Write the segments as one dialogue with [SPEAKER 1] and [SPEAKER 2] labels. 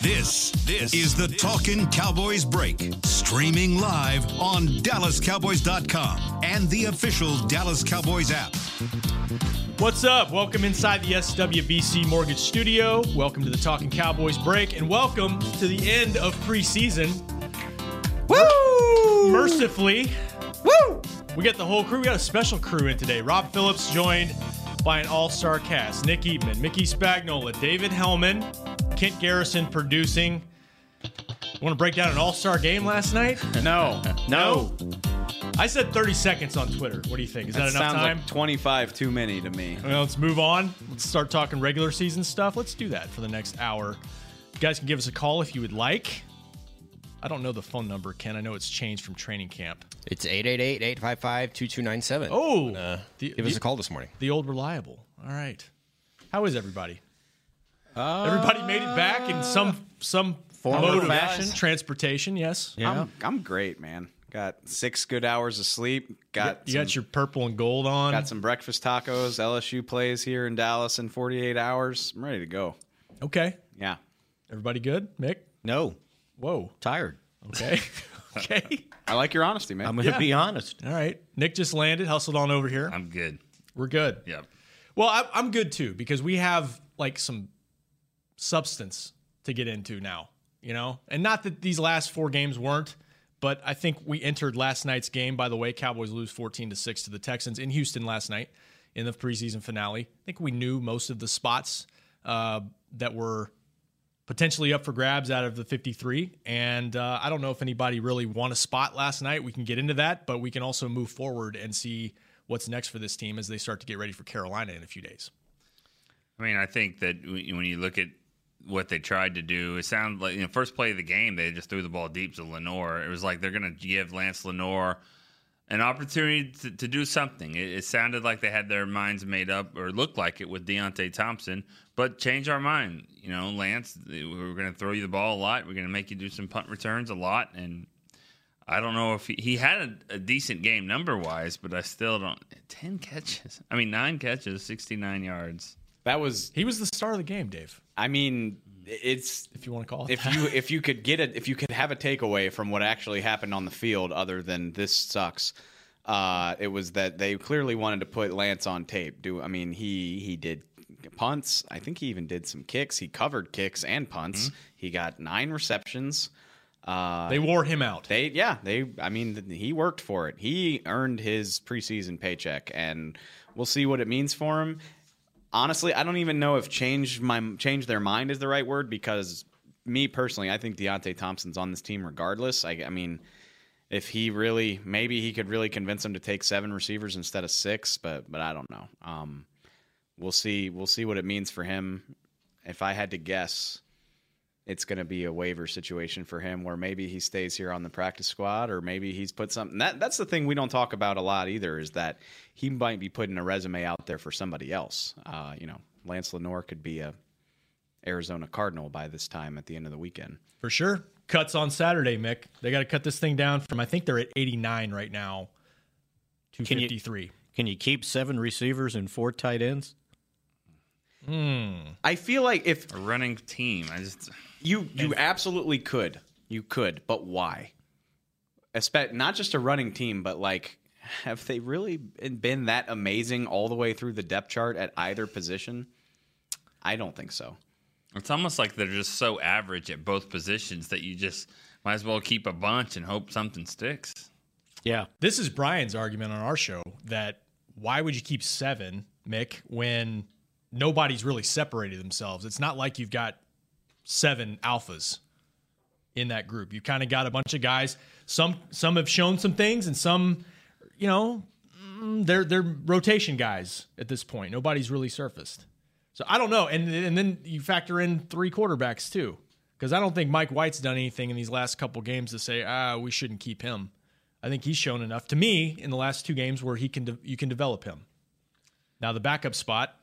[SPEAKER 1] This, this is the Talkin' Cowboys Break, streaming live on DallasCowboys.com and the official Dallas Cowboys app.
[SPEAKER 2] What's up? Welcome inside the SWBC Mortgage Studio. Welcome to the Talking Cowboys break, and welcome to the end of preseason.
[SPEAKER 3] Woo!
[SPEAKER 2] Mercifully,
[SPEAKER 3] Woo!
[SPEAKER 2] we got the whole crew. We got a special crew in today. Rob Phillips joined by an all-star cast: Nick Eatman, Mickey Spagnola, David Hellman, Kent Garrison producing. Want to break down an all-star game last night?
[SPEAKER 3] No, no.
[SPEAKER 2] I said 30 seconds on Twitter. What do you think? Is that,
[SPEAKER 3] That
[SPEAKER 2] enough
[SPEAKER 3] sounds
[SPEAKER 2] time?
[SPEAKER 3] like 25 too many to me.
[SPEAKER 2] Well, let's move on. Let's start talking regular season stuff. Let's do that for the next hour. You guys can give us a call if you would like. I don't know the phone number, Ken. I know it's changed from training camp.
[SPEAKER 4] It's 888-855-2297.
[SPEAKER 2] Oh, the,
[SPEAKER 4] Give us
[SPEAKER 2] the-
[SPEAKER 4] a call this morning.
[SPEAKER 2] the old reliable. All right. How is everybody? everybody made it back in some some
[SPEAKER 3] Form or
[SPEAKER 2] mode of
[SPEAKER 3] fashion.
[SPEAKER 2] transportation. Yes.
[SPEAKER 3] I'm, I'm great, man. Got six good hours of sleep. Got
[SPEAKER 2] You
[SPEAKER 3] some,
[SPEAKER 2] got your purple and gold on.
[SPEAKER 3] got some breakfast tacos. LSU plays here in Dallas in 48 hours. I'm ready to go.
[SPEAKER 2] Okay.
[SPEAKER 3] Yeah.
[SPEAKER 2] Everybody good? Mick.
[SPEAKER 5] No,
[SPEAKER 2] Whoa.
[SPEAKER 5] tired.
[SPEAKER 2] Okay. okay.
[SPEAKER 3] I like your honesty, man.
[SPEAKER 5] I'm going to be honest.
[SPEAKER 2] All right. Nick just landed, hustled on over here.
[SPEAKER 6] I'm good.
[SPEAKER 2] We're good.
[SPEAKER 6] Yeah.
[SPEAKER 2] Well, I, I'm good too because we have like some substance to get into now, you know? And not that these last four games weren't, but I think we entered last night's game. By the way, Cowboys lose 14 to 6 to the Texans in Houston last night in the preseason finale. I think we knew most of the spots uh, that were potentially up for grabs out of the 53. And uh, I don't know if anybody really won a spot last night. We can get into that, but we can also move forward and see what's next for this team as they start to get ready for Carolina in a few days.
[SPEAKER 6] I mean, I think that w- when you look at what they tried to do, it sounded like you know, first play of the game they just threw the ball deep to Lenore. It was like they're going to give Lance Lenore an opportunity to, to do something. It, it sounded like they had their minds made up, or looked like it with Deontay Thompson. But change our mind, you know, Lance. We're going to throw you the ball a lot. We're going to make you do some punt returns a lot, and I don't know if he, he had a, a decent game number wise, but I still don't. Ten catches. I mean, nine catches, sixty nine yards.
[SPEAKER 3] that was.
[SPEAKER 2] He was the star of the game, Dave,
[SPEAKER 3] I mean, it's
[SPEAKER 2] if you want to call it.
[SPEAKER 3] if
[SPEAKER 2] that.
[SPEAKER 3] you if you could get it if you could have a takeaway from what actually happened on the field other than this sucks uh, it was that they clearly wanted to put Lance on tape do I mean he he did punts I think he even did some kicks he covered kicks and punts he got nine receptions
[SPEAKER 2] they wore him out.
[SPEAKER 3] they yeah they I mean th- he worked for it he earned his preseason paycheck and we'll see what it means for him honestly, I don't even know if change my change their mind is the right word because me personally, I think Deontay Thompson's on this team regardless. I, I mean, if he really, maybe he could really convince him to take seven receivers instead of six, but but I don't know. Um, we'll see. We'll see what it means for him. If I had to guess, it's going to be a waiver situation for him, where maybe he stays here on the practice squad, or maybe he's put something. That that's the thing we don't talk about a lot either is that he might be putting a resume out there for somebody else. Uh, you know, Lance Lenore could be a Arizona Cardinal by this time at the end of the weekend.
[SPEAKER 2] For sure. Cuts on Saturday, Mick. They got to cut this thing down from, I think they're at 89 right now to
[SPEAKER 5] Can you-
[SPEAKER 2] 53.
[SPEAKER 5] Can you keep seven receivers and four tight ends?
[SPEAKER 3] I feel like if
[SPEAKER 6] A running team. I just
[SPEAKER 3] You you absolutely could. You could, but why? Espe- not just a running team, but like have they really been been that amazing all the way through the depth chart at either position? I don't think so.
[SPEAKER 6] it's almost like they're just so average at both positions that you just might as well keep a bunch and hope something sticks.
[SPEAKER 5] Yeah.
[SPEAKER 2] This is Brian's argument on our show that why would you keep seven, Mick, when nobody's really separated themselves? It's not like you've got seven alphas in that group. You kind of got a bunch of guys. Some some have shown some things, and some, you know, mm, they're they're rotation guys at this point. Nobody's really surfaced. So I don't know. And and then you factor in three quarterbacks too, because I don't think Mike White's done anything in these last couple games to say ah we shouldn't keep him. I think he's shown enough to me in the last two games where he can de- you can develop him. Now the backup spot,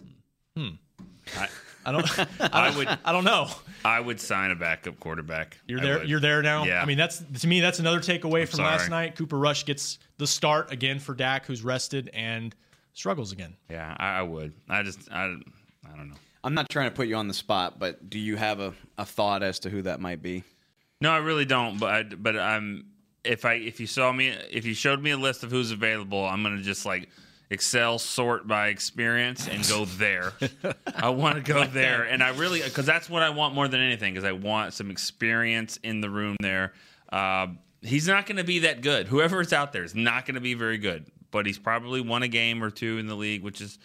[SPEAKER 2] hmm,
[SPEAKER 6] I,
[SPEAKER 2] I don't, I,
[SPEAKER 6] I would
[SPEAKER 2] I don't know.
[SPEAKER 6] I would sign a backup quarterback.
[SPEAKER 2] You're
[SPEAKER 6] I
[SPEAKER 2] there.
[SPEAKER 6] would.
[SPEAKER 2] You're there now.
[SPEAKER 6] Yeah.
[SPEAKER 2] I mean, that's to me that's another takeaway from last
[SPEAKER 6] sorry.
[SPEAKER 2] night. Cooper Rush gets the start again for Dak, who's rested and struggles again.
[SPEAKER 6] Yeah, I, I would. I just I I don't know.
[SPEAKER 3] I'm not trying to put you on the spot, but do you have a, a thought as to who that might be?
[SPEAKER 6] No, I really don't. But I, but I'm if I if you saw me if you showed me a list of who's available, I'm gonna just like Excel sort by experience and go there. I want to go there, and I really because that's what I want more than anything. Because I want some experience in the room there. Uh, he's not going to be that good. Whoever's out there is not going to be very good. But he's probably won a game or two in the league, which is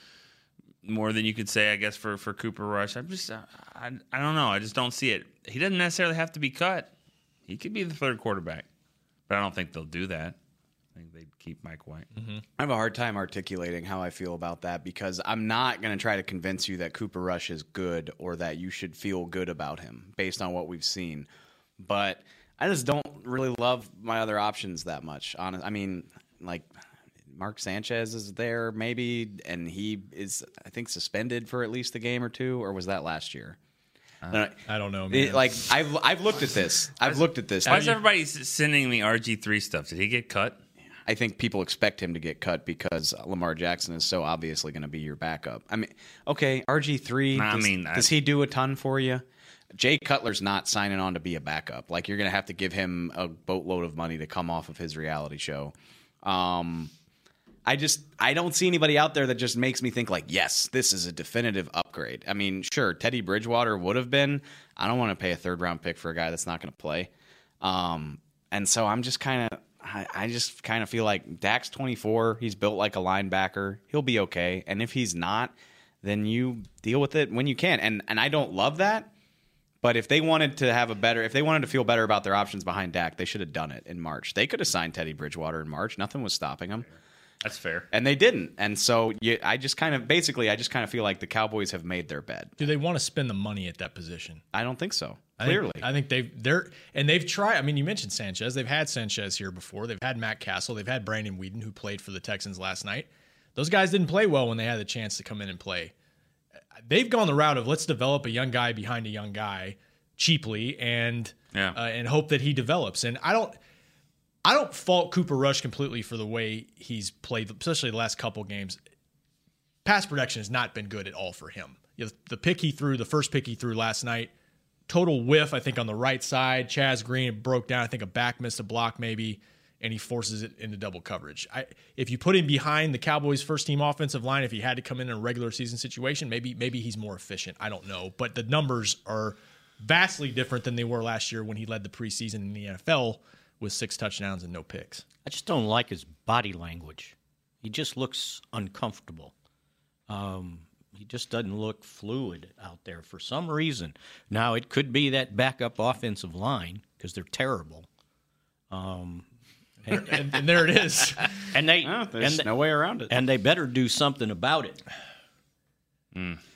[SPEAKER 6] more than you could say, I guess, for for Cooper Rush. I'm just, I, I I don't know. I just don't see it. He doesn't necessarily have to be cut. He could be the third quarterback, but I don't think they'll do that. I think they'd keep Mike White.
[SPEAKER 2] Mm-hmm.
[SPEAKER 3] I have a hard time articulating how I feel about that because I'm not going to try to convince you that Cooper Rush is good or that you should feel good about him based on what we've seen. But I just don't really love my other options that much. Honest, I mean, like Mark Sanchez is there maybe, and he is I think suspended for at least a game or two, or was that last year? I don't know.
[SPEAKER 2] Uh, I don't know, man.
[SPEAKER 3] It- like I've I've looked at this. I've looked at this.
[SPEAKER 6] Why is everybody s- sending me RG three stuff? Did he get cut?
[SPEAKER 3] I think people expect him to get cut because Lamar Jackson is so obviously going to be your backup. I mean, okay, RG three.
[SPEAKER 6] Nah, I
[SPEAKER 3] does,
[SPEAKER 6] mean, I-
[SPEAKER 3] does he do a ton for you? Jay Cutler's not signing on to be a backup. Like you're going to have to give him a boatload of money to come off of his reality show. Um, I just I don't see anybody out there that just makes me think like, yes, this is a definitive upgrade. I mean, sure, Teddy Bridgewater would have been. I don't want to pay a third round pick for a guy that's not going to play. Um, and so I'm just kind of I, I just kind of feel like Dak's 24. He's built like a linebacker. He'll be okay. And if he's not, then you deal with it when you can. And and I don't love that. But if they wanted to have a better, if they wanted to feel better about their options behind Dak, they should have done it in March. They could have signed Teddy Bridgewater in March. Nothing was stopping them
[SPEAKER 6] That's fair.
[SPEAKER 3] and they didn't. And so you, I just kind of basically I just kind of feel like the Cowboys have made their bed.
[SPEAKER 2] Do they want to spend the money at that position?
[SPEAKER 3] I don't think so.
[SPEAKER 2] I think-
[SPEAKER 3] Clearly,
[SPEAKER 2] I think they've they're and they've tried. I mean, you mentioned Sanchez. They've had Sanchez here before. They've had Matt Castle. They've had Brandon Whedon, who played for the Texans last night. Those guys didn't play well when they had the chance to come in and play. They've gone the route of let's develop a young guy behind a young guy cheaply and
[SPEAKER 6] Yeah.
[SPEAKER 2] uh, and hope that he develops. And I don't I don't fault Cooper Rush completely for the way he's played, especially the last couple games. Pass production has not been good at all for him. You know, the pick he threw, the first pick he threw last night, total whiff, I think, on the right side. Chaz Green broke down. I think a back missed a block, maybe, and he forces it into double coverage. I, if you put him behind the Cowboys' first team offensive line, if he had to come in in a regular season situation, maybe maybe he's more efficient. I don't know, but the numbers are vastly different than they were last year when he led the preseason in the NFL with six touchdowns and no picks.
[SPEAKER 5] I just don't like his body language. He just looks uncomfortable. Um, he just doesn't look fluid out there for some reason. Now it could be that backup offensive line because they're terrible,
[SPEAKER 2] And, and there it is.
[SPEAKER 5] and they
[SPEAKER 3] Oh,
[SPEAKER 5] and,
[SPEAKER 3] there's
[SPEAKER 5] they-
[SPEAKER 3] no way around it.
[SPEAKER 5] and they better do something about it.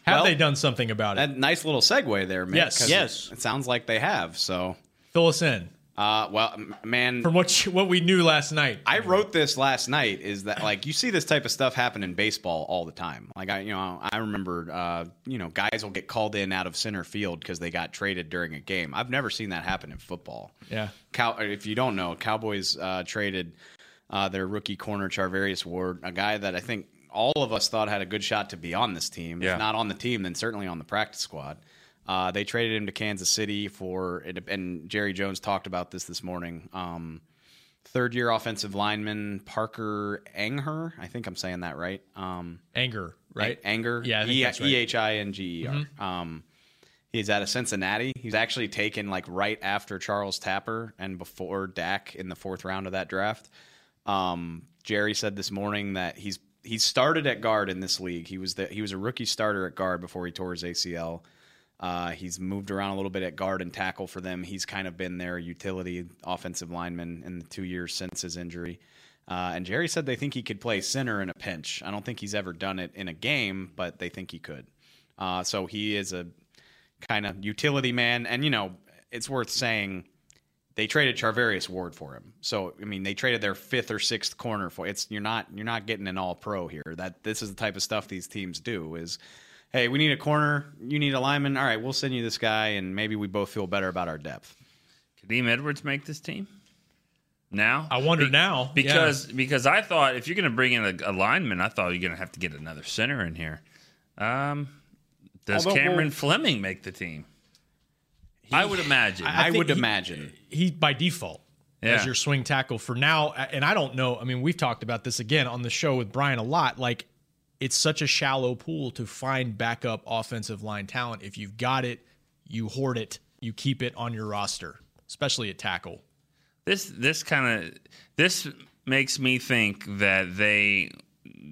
[SPEAKER 2] Have they done something about it?
[SPEAKER 3] That nice little segue there, man.
[SPEAKER 2] Yes.
[SPEAKER 5] Yes.
[SPEAKER 3] It, sounds like they have. So,
[SPEAKER 2] Fill us in
[SPEAKER 3] uh, well, m- man,
[SPEAKER 2] from what you, what we knew last night.
[SPEAKER 3] I wrote this last night. Is that like you see this type of stuff happen in baseball all the time? Like I, you know, I remember, uh, you know, guys will get called in out of center field because they got traded during a game. I've never seen that happen in football.
[SPEAKER 2] Yeah.
[SPEAKER 3] Cow- if you don't know, Cowboys uh, traded uh, their rookie corner Charvarius Ward, a guy that I think all of us thought had a good shot to be on this team.
[SPEAKER 6] Yeah.
[SPEAKER 3] If not on the team, then certainly on the practice squad. Uh, they traded him to Kansas City for, and Jerry Jones talked about this this morning. Um, third year offensive lineman Parker Anger, I think I'm saying that right. Um,
[SPEAKER 2] Anger, right?
[SPEAKER 3] Anger.
[SPEAKER 2] Yeah, I think that's right. Mm-hmm.
[SPEAKER 3] E H I N G E R. Um, he's out of Cincinnati. He's actually taken like right after Charles Tapper and before Dak in the fourth round of that draft. Um, Jerry said this morning that he's he started at guard in this league. He was the he was a rookie starter at guard before he tore his ACL. Uh, he's moved around a little bit at guard and tackle for them. He's kind of been their utility offensive lineman in the two years since his injury. Uh, and Jerry said they think he could play center in a pinch. I don't think he's ever done it in a game, but they think he could. Uh, so he is a kind of utility man. And, you know, it's worth saying they traded Charvarius Ward for him. So I mean, they traded their fifth or sixth corner for it's you're not you're not getting an all pro here. That this is the type of stuff these teams do is hey, we need a corner, you need a lineman. All right, we'll send you this guy and maybe we both feel better about our depth.
[SPEAKER 6] Kadeem Edwards make this team now?
[SPEAKER 2] I wonder now yeah.
[SPEAKER 6] because because I thought if you're going to bring in a, a lineman, I thought you're going to have to get another center in here. Um, Does
[SPEAKER 3] Although
[SPEAKER 6] Cameron
[SPEAKER 3] we'll-
[SPEAKER 6] Fleming make the team? I would imagine.
[SPEAKER 3] I,
[SPEAKER 2] think
[SPEAKER 3] would
[SPEAKER 2] he-
[SPEAKER 3] imagine.
[SPEAKER 2] he by default
[SPEAKER 6] Yeah.
[SPEAKER 2] as your swing tackle for now. And I don't know. I mean, we've talked about this again on the show with Brian a lot. Like, it's such a shallow pool to find backup offensive line talent. If you've got it, you hoard it, you keep it on your roster, especially at tackle.
[SPEAKER 6] this this kind of this makes me think that they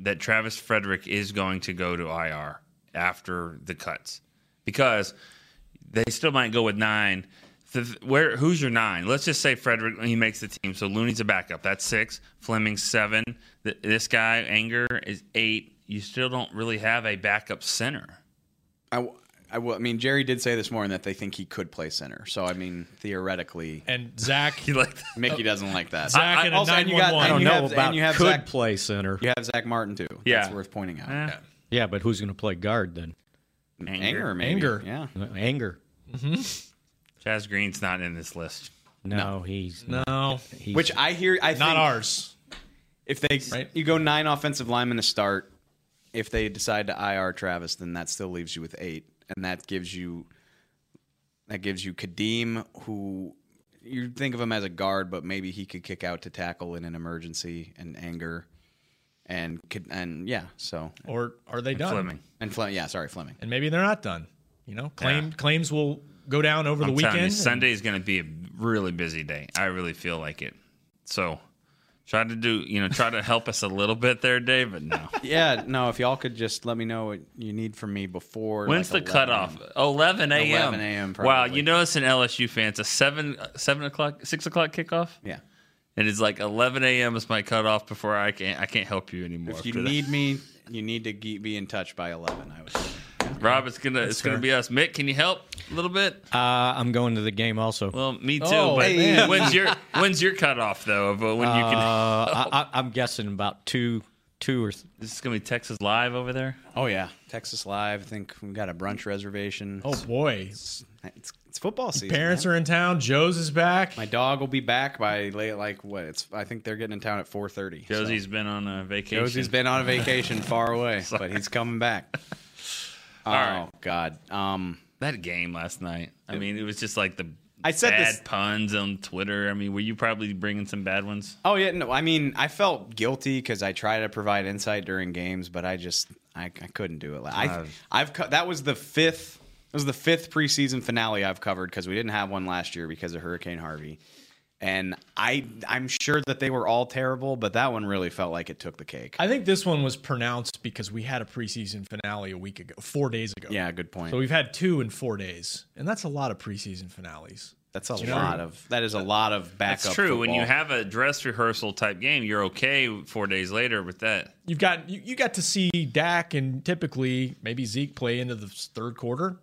[SPEAKER 6] that Travis Frederick is going to go to IR after the cuts because they still might go with nine. The- Where who's your nine? Let's just say Frederick he makes the team. So Looney's a backup. That's six. Fleming's seven. Th- This guy Anger is eight. You still don't really have a backup center.
[SPEAKER 3] I, w- I w- I mean, Jerry did say this morning that they think he could play center. So I mean, theoretically,
[SPEAKER 2] And Zach,
[SPEAKER 6] You like that?
[SPEAKER 3] Mickey doesn't like that.
[SPEAKER 2] Zach
[SPEAKER 6] I-
[SPEAKER 2] in a
[SPEAKER 3] also, and
[SPEAKER 2] nine
[SPEAKER 3] you got-
[SPEAKER 2] one
[SPEAKER 5] I
[SPEAKER 2] one.
[SPEAKER 3] and
[SPEAKER 5] don't
[SPEAKER 3] you
[SPEAKER 5] know
[SPEAKER 3] have-
[SPEAKER 5] about
[SPEAKER 3] and you have
[SPEAKER 5] could
[SPEAKER 3] Zach-
[SPEAKER 5] play center.
[SPEAKER 3] You have Zach Martin too.
[SPEAKER 6] Yeah.
[SPEAKER 3] that's worth pointing out.
[SPEAKER 6] Eh,
[SPEAKER 5] Yeah, but who's going to play guard then?
[SPEAKER 3] Anger, maybe.
[SPEAKER 2] Anger.
[SPEAKER 3] Yeah.
[SPEAKER 5] Uh, Anger.
[SPEAKER 6] Chaz Green's not in this list.
[SPEAKER 5] No, he's not.
[SPEAKER 2] No,
[SPEAKER 5] He's,
[SPEAKER 3] Which I hear. I
[SPEAKER 2] not
[SPEAKER 3] think
[SPEAKER 2] ours.
[SPEAKER 3] If they
[SPEAKER 2] Right.
[SPEAKER 3] you go nine offensive linemen to start, if they decide to IR Travis, then that still leaves you with eight, and that gives you that gives you Kadeem, who you think of him as a guard, but maybe he could kick out to tackle in an emergency and anger, and could and yeah, so
[SPEAKER 2] Or are they done?
[SPEAKER 6] Fleming.
[SPEAKER 3] and Fle- yeah, sorry Fleming.
[SPEAKER 2] And maybe they're not done. You know, claim claims will go down over the
[SPEAKER 6] I'm telling
[SPEAKER 2] weekend.
[SPEAKER 6] You,
[SPEAKER 2] and-
[SPEAKER 6] Sunday is going to be a really busy day. I really feel like it. So try to do, you know, try to help us a little bit there, Dave, but no.
[SPEAKER 3] Yeah, no, if y'all could just let me know what you need from me before.
[SPEAKER 6] When's
[SPEAKER 3] like,
[SPEAKER 6] the
[SPEAKER 3] 11
[SPEAKER 6] cutoff? 11 a.m.
[SPEAKER 3] 11 a.m.
[SPEAKER 6] Wow,
[SPEAKER 3] probably.
[SPEAKER 6] you notice in LSU fans, a seven seven o'clock, six o'clock kickoff.
[SPEAKER 3] Yeah.
[SPEAKER 6] It is like 11 a.m. is my cutoff before I can't I can't help you anymore.
[SPEAKER 3] If you
[SPEAKER 6] after that.
[SPEAKER 3] need me, you need to ge- be in touch by eleven. I would. Say.
[SPEAKER 6] Rob, it's gonna it's gonna be us. Mick, can you help a little bit?
[SPEAKER 5] uh, I'm going to the game also.
[SPEAKER 6] Well, me too.
[SPEAKER 2] Oh,
[SPEAKER 6] but
[SPEAKER 2] man.
[SPEAKER 6] when's your when's your cutoff though? Of uh, when you can?
[SPEAKER 5] Uh, I, I, I'm guessing about two, two or th-
[SPEAKER 6] This is gonna be Texas live over there.
[SPEAKER 3] Oh yeah, Texas Live. I think we got a brunch reservation.
[SPEAKER 2] Oh boy,
[SPEAKER 3] it's, it's football season.
[SPEAKER 2] parents
[SPEAKER 3] man.
[SPEAKER 2] are in town. Joe's is back.
[SPEAKER 3] My dog will be back by late, like what? It's I think they're getting in town at four thirty.
[SPEAKER 6] Josie's been on a vacation.
[SPEAKER 3] Josie's been on a vacation far away, but he's coming back. oh
[SPEAKER 6] right.
[SPEAKER 3] God. Um,
[SPEAKER 6] that game last night. I mean, it was just like the
[SPEAKER 3] I said
[SPEAKER 6] bad
[SPEAKER 3] this-
[SPEAKER 6] puns on Twitter. I mean, were you probably bringing some bad ones?
[SPEAKER 3] Oh yeah, no. I mean, I felt guilty because I try to provide insight during games, but I just I, I couldn't do it. Like, I I've co- that was the fifth that was the fifth preseason finale I've covered because we didn't have one last year because of Hurricane Harvey, and I I'm sure that they were all terrible, but that one really felt like it took the cake.
[SPEAKER 2] I think this one was pronounced because we had a preseason finale a week ago, four days ago.
[SPEAKER 3] yeah, good point.
[SPEAKER 2] So we've had two in four days, and that's a lot of preseason finales.
[SPEAKER 3] that's a lot of that is a lot of backup.
[SPEAKER 6] That's true. When you
[SPEAKER 3] football.
[SPEAKER 6] have a dress rehearsal type game, you're okay four days later with that.
[SPEAKER 2] You've got you, you got to see Dak and typically maybe Zeke play into the third quarter,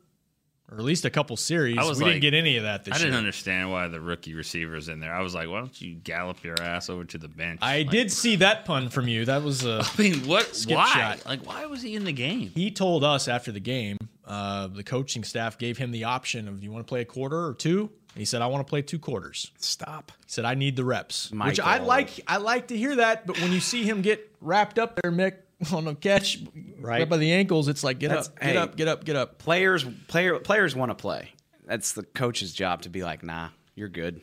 [SPEAKER 2] or at least a couple series.
[SPEAKER 6] I was
[SPEAKER 2] we
[SPEAKER 6] like-
[SPEAKER 2] didn't get any of that this
[SPEAKER 6] I didn't
[SPEAKER 2] year.
[SPEAKER 6] understand why the rookie receiver's in there. I was like, why don't you gallop your ass over to the bench?
[SPEAKER 2] I
[SPEAKER 6] Like,
[SPEAKER 2] did see that pun from you. That was uh,
[SPEAKER 6] I mean, what? why?
[SPEAKER 2] shot.
[SPEAKER 6] Like, why was he in the game?
[SPEAKER 2] he told us after the game. Uh, the coaching staff gave him the option of you want to play a quarter or two. And he said I want to play two quarters.
[SPEAKER 3] stop.
[SPEAKER 2] He said, "I need the reps," which I
[SPEAKER 3] Michael.
[SPEAKER 2] like. I like to hear that, but when you see him get wrapped up there, Mick, on a catch, right by the ankles, it's like, get
[SPEAKER 3] That's-
[SPEAKER 2] up, get
[SPEAKER 3] hey.
[SPEAKER 2] up, get up, get up.
[SPEAKER 3] players player players want to play. That's the coach's job to be like, nah, you're good.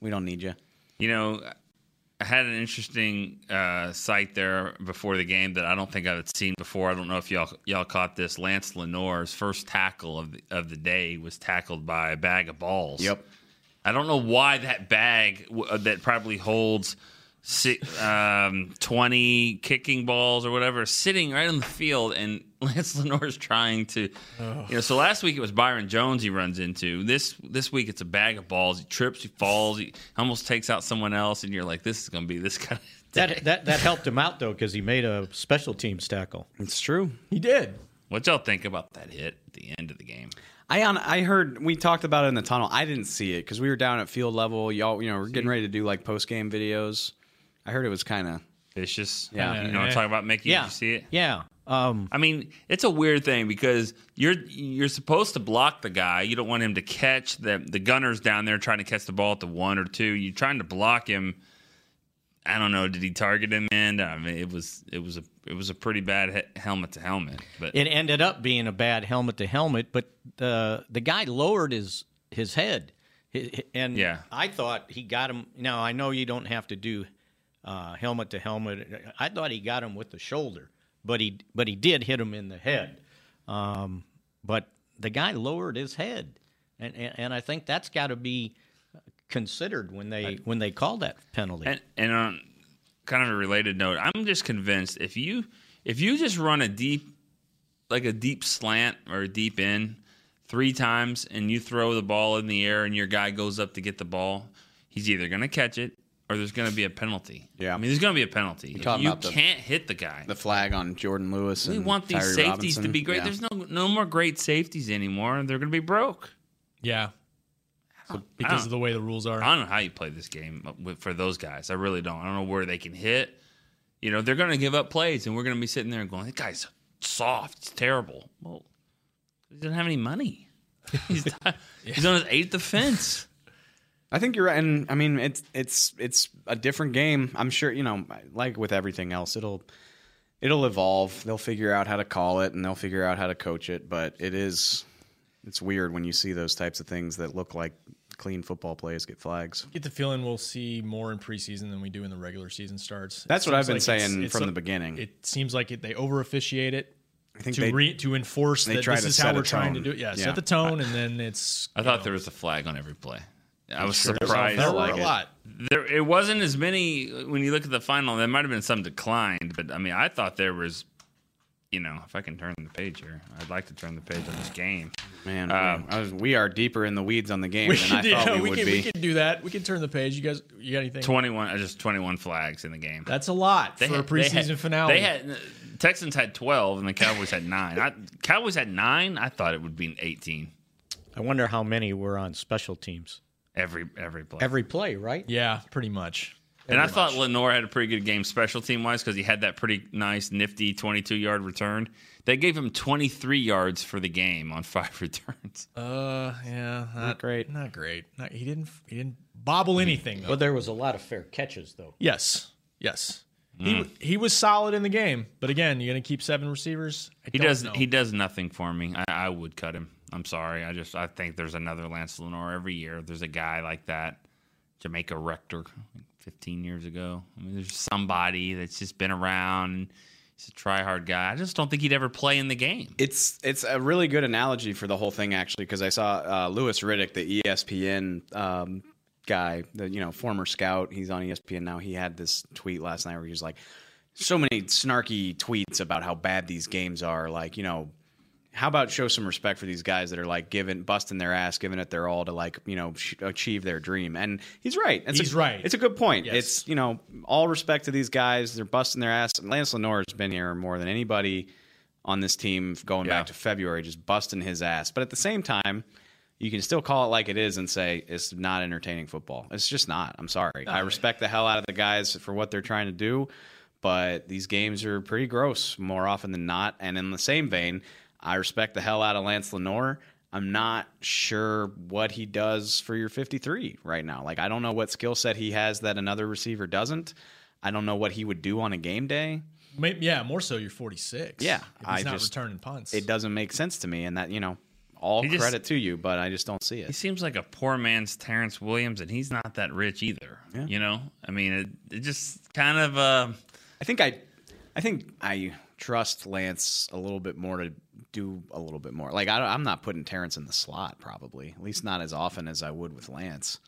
[SPEAKER 3] We don't need you.
[SPEAKER 6] You know, I had an interesting uh, sight there before the game that I don't think I've seen before. I don't know if y'all y'all caught this. Lance Lenore's first tackle of the, of the day was tackled by a bag of balls. I don't know why that bag w- uh, that probably holds si um, 20 kicking balls or whatever is sitting right on the field and Lance Lenore is trying to you know so last week it was Byron Jones he runs into this this week it's a bag of balls he trips he falls he almost takes out someone else and you're like this is going to be this kind of
[SPEAKER 5] that, that. That helped him out though because he made a special teams tackle.
[SPEAKER 3] It's true.
[SPEAKER 2] He did.
[SPEAKER 6] what y'all think about that hit at the end of the game
[SPEAKER 3] I on, I heard we talked about it in the tunnel. I didn't see it because we were down at field level. Y'all, you know, we're getting ready to do like post game videos. I heard it was kind of
[SPEAKER 6] vicious
[SPEAKER 3] Yeah.
[SPEAKER 6] you know what I'm talking about Mickey did
[SPEAKER 5] Yeah,
[SPEAKER 6] you see it
[SPEAKER 5] Yeah. Um,
[SPEAKER 6] I mean, it's a weird thing because you're you're supposed to block the guy. You don't want him to catch the the gunner's down there trying to catch the ball at the one or two. You're trying to block him. I don't know. Did he target him? And I mean, it was it was a it was a pretty bad he- helmet to helmet. But
[SPEAKER 5] It ended up being a bad helmet to helmet, but the the guy lowered his his head, Hi- hi- and
[SPEAKER 6] Yeah.
[SPEAKER 5] I thought he got him. Now I know you don't have to do uh, helmet to helmet. I thought he got him with the shoulder, but he but he did hit him in the head. Um, but the guy lowered his head, and and, and I think that's got to be considered when they when they call that penalty.
[SPEAKER 6] and, and on kind of a related note, I'm just convinced if you if you just run a deep like a deep slant or a deep in three times and you throw the ball in the air and your guy goes up to get the ball, he's either going to catch it or there's going to be a penalty.
[SPEAKER 3] Yeah.
[SPEAKER 6] I mean, there's going to be a penalty. If
[SPEAKER 3] talking
[SPEAKER 6] you
[SPEAKER 3] about the-
[SPEAKER 6] can't hit the guy.
[SPEAKER 3] The flag on Jordan Lewis.
[SPEAKER 6] we
[SPEAKER 3] and
[SPEAKER 6] want these
[SPEAKER 3] Tyree
[SPEAKER 6] safeties to
[SPEAKER 3] Robinson.
[SPEAKER 6] be great.
[SPEAKER 3] Yeah.
[SPEAKER 6] There's no no more great safeties anymore. They're going to be broke.
[SPEAKER 2] Yeah.
[SPEAKER 6] I
[SPEAKER 2] because
[SPEAKER 6] don't-
[SPEAKER 2] of the way the rules are.
[SPEAKER 6] I don't know how you play this game with- for those guys. I really don't. I don't know where they can hit. You know, they're going to give up plays, and we're going to be sitting there going, "That guy's soft. It's terrible." Well, he doesn't have any money. He's, he's on his eighth offense.
[SPEAKER 3] I think you're right, and I mean it's it's it's a different game. I'm sure you know, like with everything else, it'll it'll evolve. They'll figure out how to call it, and they'll figure out how to coach it. But it is it's weird when you see those types of things that look like clean football plays get flags.
[SPEAKER 2] get the feeling we'll see more in preseason than we do in the regular season starts. It
[SPEAKER 3] That's what I've
[SPEAKER 2] seems
[SPEAKER 3] been
[SPEAKER 2] it's-
[SPEAKER 3] saying
[SPEAKER 2] it's
[SPEAKER 3] from
[SPEAKER 2] a-
[SPEAKER 3] the beginning.
[SPEAKER 2] It seems like it, they over officiate it
[SPEAKER 3] I think
[SPEAKER 2] to
[SPEAKER 3] they,
[SPEAKER 2] re, to enforce
[SPEAKER 3] they
[SPEAKER 2] that
[SPEAKER 3] try
[SPEAKER 2] this
[SPEAKER 3] to
[SPEAKER 2] is
[SPEAKER 3] set
[SPEAKER 2] how
[SPEAKER 3] a
[SPEAKER 2] we're trying to
[SPEAKER 3] tone.
[SPEAKER 2] do it. Yeah,
[SPEAKER 3] Yeah.
[SPEAKER 2] set the tone, and then it's
[SPEAKER 6] I thought there was a flag on every play. I was
[SPEAKER 3] Sure.
[SPEAKER 6] surprised.
[SPEAKER 2] there were
[SPEAKER 3] like
[SPEAKER 2] a
[SPEAKER 3] it.
[SPEAKER 2] lot.
[SPEAKER 6] There, it wasn't as many when you look at the final. There might have been some declined, but I mean, I thought there was. You know, if I can turn the page here, I'd like to turn the page on this game.
[SPEAKER 3] man, Um, I was, we are deeper in the weeds on the game than I
[SPEAKER 2] yeah,
[SPEAKER 3] thought we, would
[SPEAKER 2] can,
[SPEAKER 3] be.
[SPEAKER 2] we can do that. We can turn the page. You guys, you got anything?
[SPEAKER 6] Twenty-one, uh, just twenty-one flags in the game.
[SPEAKER 2] That's a lot for a preseason
[SPEAKER 6] had,
[SPEAKER 2] finale.
[SPEAKER 6] They had uh, Texans had twelve and the Cowboys had nine. I, Cowboys had nine. I thought it would be eighteen
[SPEAKER 5] I wonder how many were on special teams.
[SPEAKER 6] every every play.
[SPEAKER 5] Every play, right?
[SPEAKER 2] yeah, pretty much.
[SPEAKER 6] and I thought Lenore had a pretty good game special team wise because he had that pretty nice nifty twenty-two yard return. They gave him twenty-three yards for the game on five returns.
[SPEAKER 2] Uh, yeah, not,
[SPEAKER 3] great.
[SPEAKER 2] Not great. Not, he didn't. He didn't bobble anything though.
[SPEAKER 5] Well, there was a lot of fair catches, though.
[SPEAKER 2] Mm-hmm. Yes. Yes. He he was solid in the game, but again, you're gonna keep seven receivers. I
[SPEAKER 6] He
[SPEAKER 2] don't
[SPEAKER 6] does
[SPEAKER 2] know.
[SPEAKER 6] he does nothing for me. I, I would cut him. I'm sorry. I just I think there's another Lance Lenore every year. There's a guy like that, Jamaica Rector, like 15 years ago. I mean, there's somebody that's just been around. He's a try hard guy. I just don't think he'd ever play in the game.
[SPEAKER 3] It's it's a really good analogy for the whole thing actually because I saw uh, Lewis Riddick, the ESPN um, guy, the you know former scout. He's on E ESPN now. He had this tweet last night where he was like, so many snarky tweets about how bad these games are. Like you know, how about show some respect for these guys that are like giving busting their ass, giving it their all to like you know sh- achieve their dream. And he's right. It's
[SPEAKER 2] He's
[SPEAKER 3] a,
[SPEAKER 2] right.
[SPEAKER 3] It's a good point. It's you know all respect to these guys. They're busting their ass. And Lance Lenore has been here more than anybody on this team going back to February, just busting his ass. But at the same time. You can still call it like it is and say it's not entertaining football. It's just not. I'm sorry. I respect the hell out of the guys for what they're trying to do, but these games are pretty gross more often than not. And in the same vein, I respect the hell out of Lance Lenore. I'm not sure what he does for your 53 right now. Like, I don't know what skill set he has that another receiver doesn't. I don't know what he would do on a game day.
[SPEAKER 2] May- yeah, more so. You're 46.
[SPEAKER 3] Yeah,
[SPEAKER 2] if he's
[SPEAKER 3] I
[SPEAKER 2] not
[SPEAKER 3] just-
[SPEAKER 2] returning punts.
[SPEAKER 3] It doesn't make sense to me. And that, you know, all
[SPEAKER 6] He just-
[SPEAKER 3] credit to you, but I just don't see
[SPEAKER 6] He
[SPEAKER 3] it.
[SPEAKER 6] seems like a poor man's Terrence Williams, and he's not that rich either. You know, I mean, it, it just kind of uh,
[SPEAKER 3] I think I, I think I trust Lance a little bit more to do a little bit more. Like I, don't- I'm not putting Terrence in the slot probably, at least not as often as I would with Lance.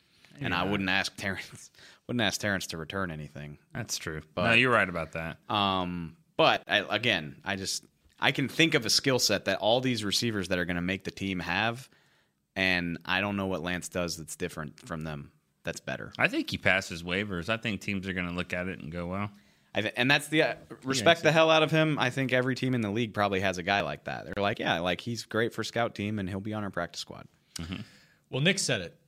[SPEAKER 3] And I wouldn't ask Terrence, wouldn't ask Terrence to return anything.
[SPEAKER 6] that's true. no, you're right about that.
[SPEAKER 2] Uh,
[SPEAKER 3] Um, but I, again, I just I can think of a skill set that all these receivers that are going to make the team have, and I don't know what Lance does that's different from them. That's better.
[SPEAKER 6] I think he passes waivers. I think teams are going to look at it and go, well.
[SPEAKER 3] I th- and that's the uh, respect the hell out of him. I think every team in the league probably has a guy like that. They're like, yeah, like he's great for scout team, and he'll be on our practice squad.
[SPEAKER 2] well, Nick said it.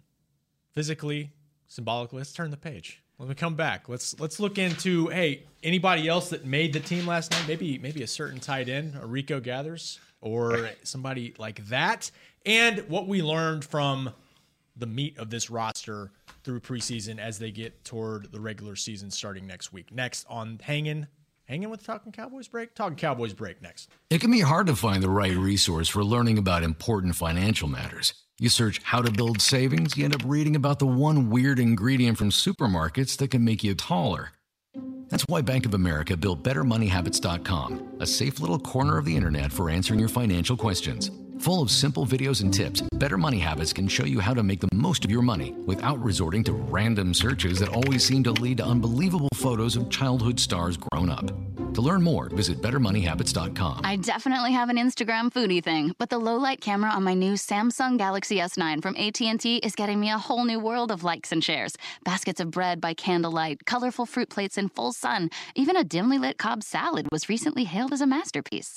[SPEAKER 2] Physically, symbolically. Let's turn the page. When we come back, let's let's look into hey anybody else that made the team last night. Maybe maybe a certain tight end, a Rico Gathers, or somebody like that, and what we learned from the meat of this roster through preseason as they get toward the regular season starting next week. Next on hanging, hanging with talking Cowboys break, talking Cowboys break next.
[SPEAKER 7] It can be hard to find the right resource for learning about important financial matters. You search how to build savings, you end up reading about the one weird ingredient from supermarkets that can make you taller. That's why Bank of America built BetterMoneyHabits.com, a safe little corner of the internet for answering your financial questions. Full of simple videos and tips, Better Money Habits can show you how to make the most of your money without resorting to random searches that always seem to lead to unbelievable photos of childhood stars grown up. To learn more, visit BetterMoneyHabits.com.
[SPEAKER 8] I definitely have an Instagram foodie thing, but the low light camera on my new Samsung Galaxy S9 from AT&T is getting me a whole new world of likes and shares. Baskets of bread by candlelight, colorful fruit plates in full sun, even a dimly lit Cobb salad was recently hailed as a masterpiece.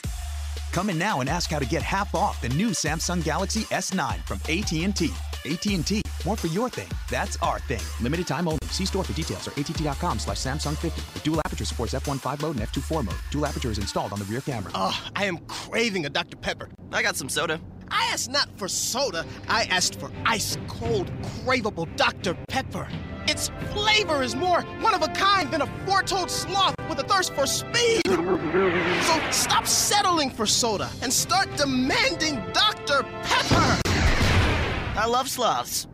[SPEAKER 9] Come in now and ask how to get half off the new Samsung Galaxy S9 from AT&T. AT&T, more for your thing. That's our thing. Limited time only. See store for details or att.com slash Samsung 50. Dual aperture supports f1.5 mode and f2.4 mode. Dual aperture is installed on the rear camera.
[SPEAKER 10] Oh, I am craving a Dr. Pepper.
[SPEAKER 11] I got some soda.
[SPEAKER 10] I asked not for soda, I asked for ice cold, craveable Dr. Pepper. Its flavor is more one of a kind than a foretold sloth with a thirst for speed. so stop settling for soda and start demanding Dr. Pepper.
[SPEAKER 11] I love sloths.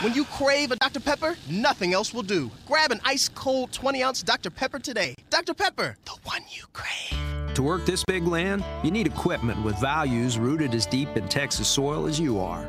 [SPEAKER 10] When you crave a Dr. Pepper, nothing else will do. Grab an ice cold 20 ounce Dr. Pepper today. Dr. Pepper, the one you crave.
[SPEAKER 12] To work this big land, you need equipment with values rooted as deep in Texas soil as you are.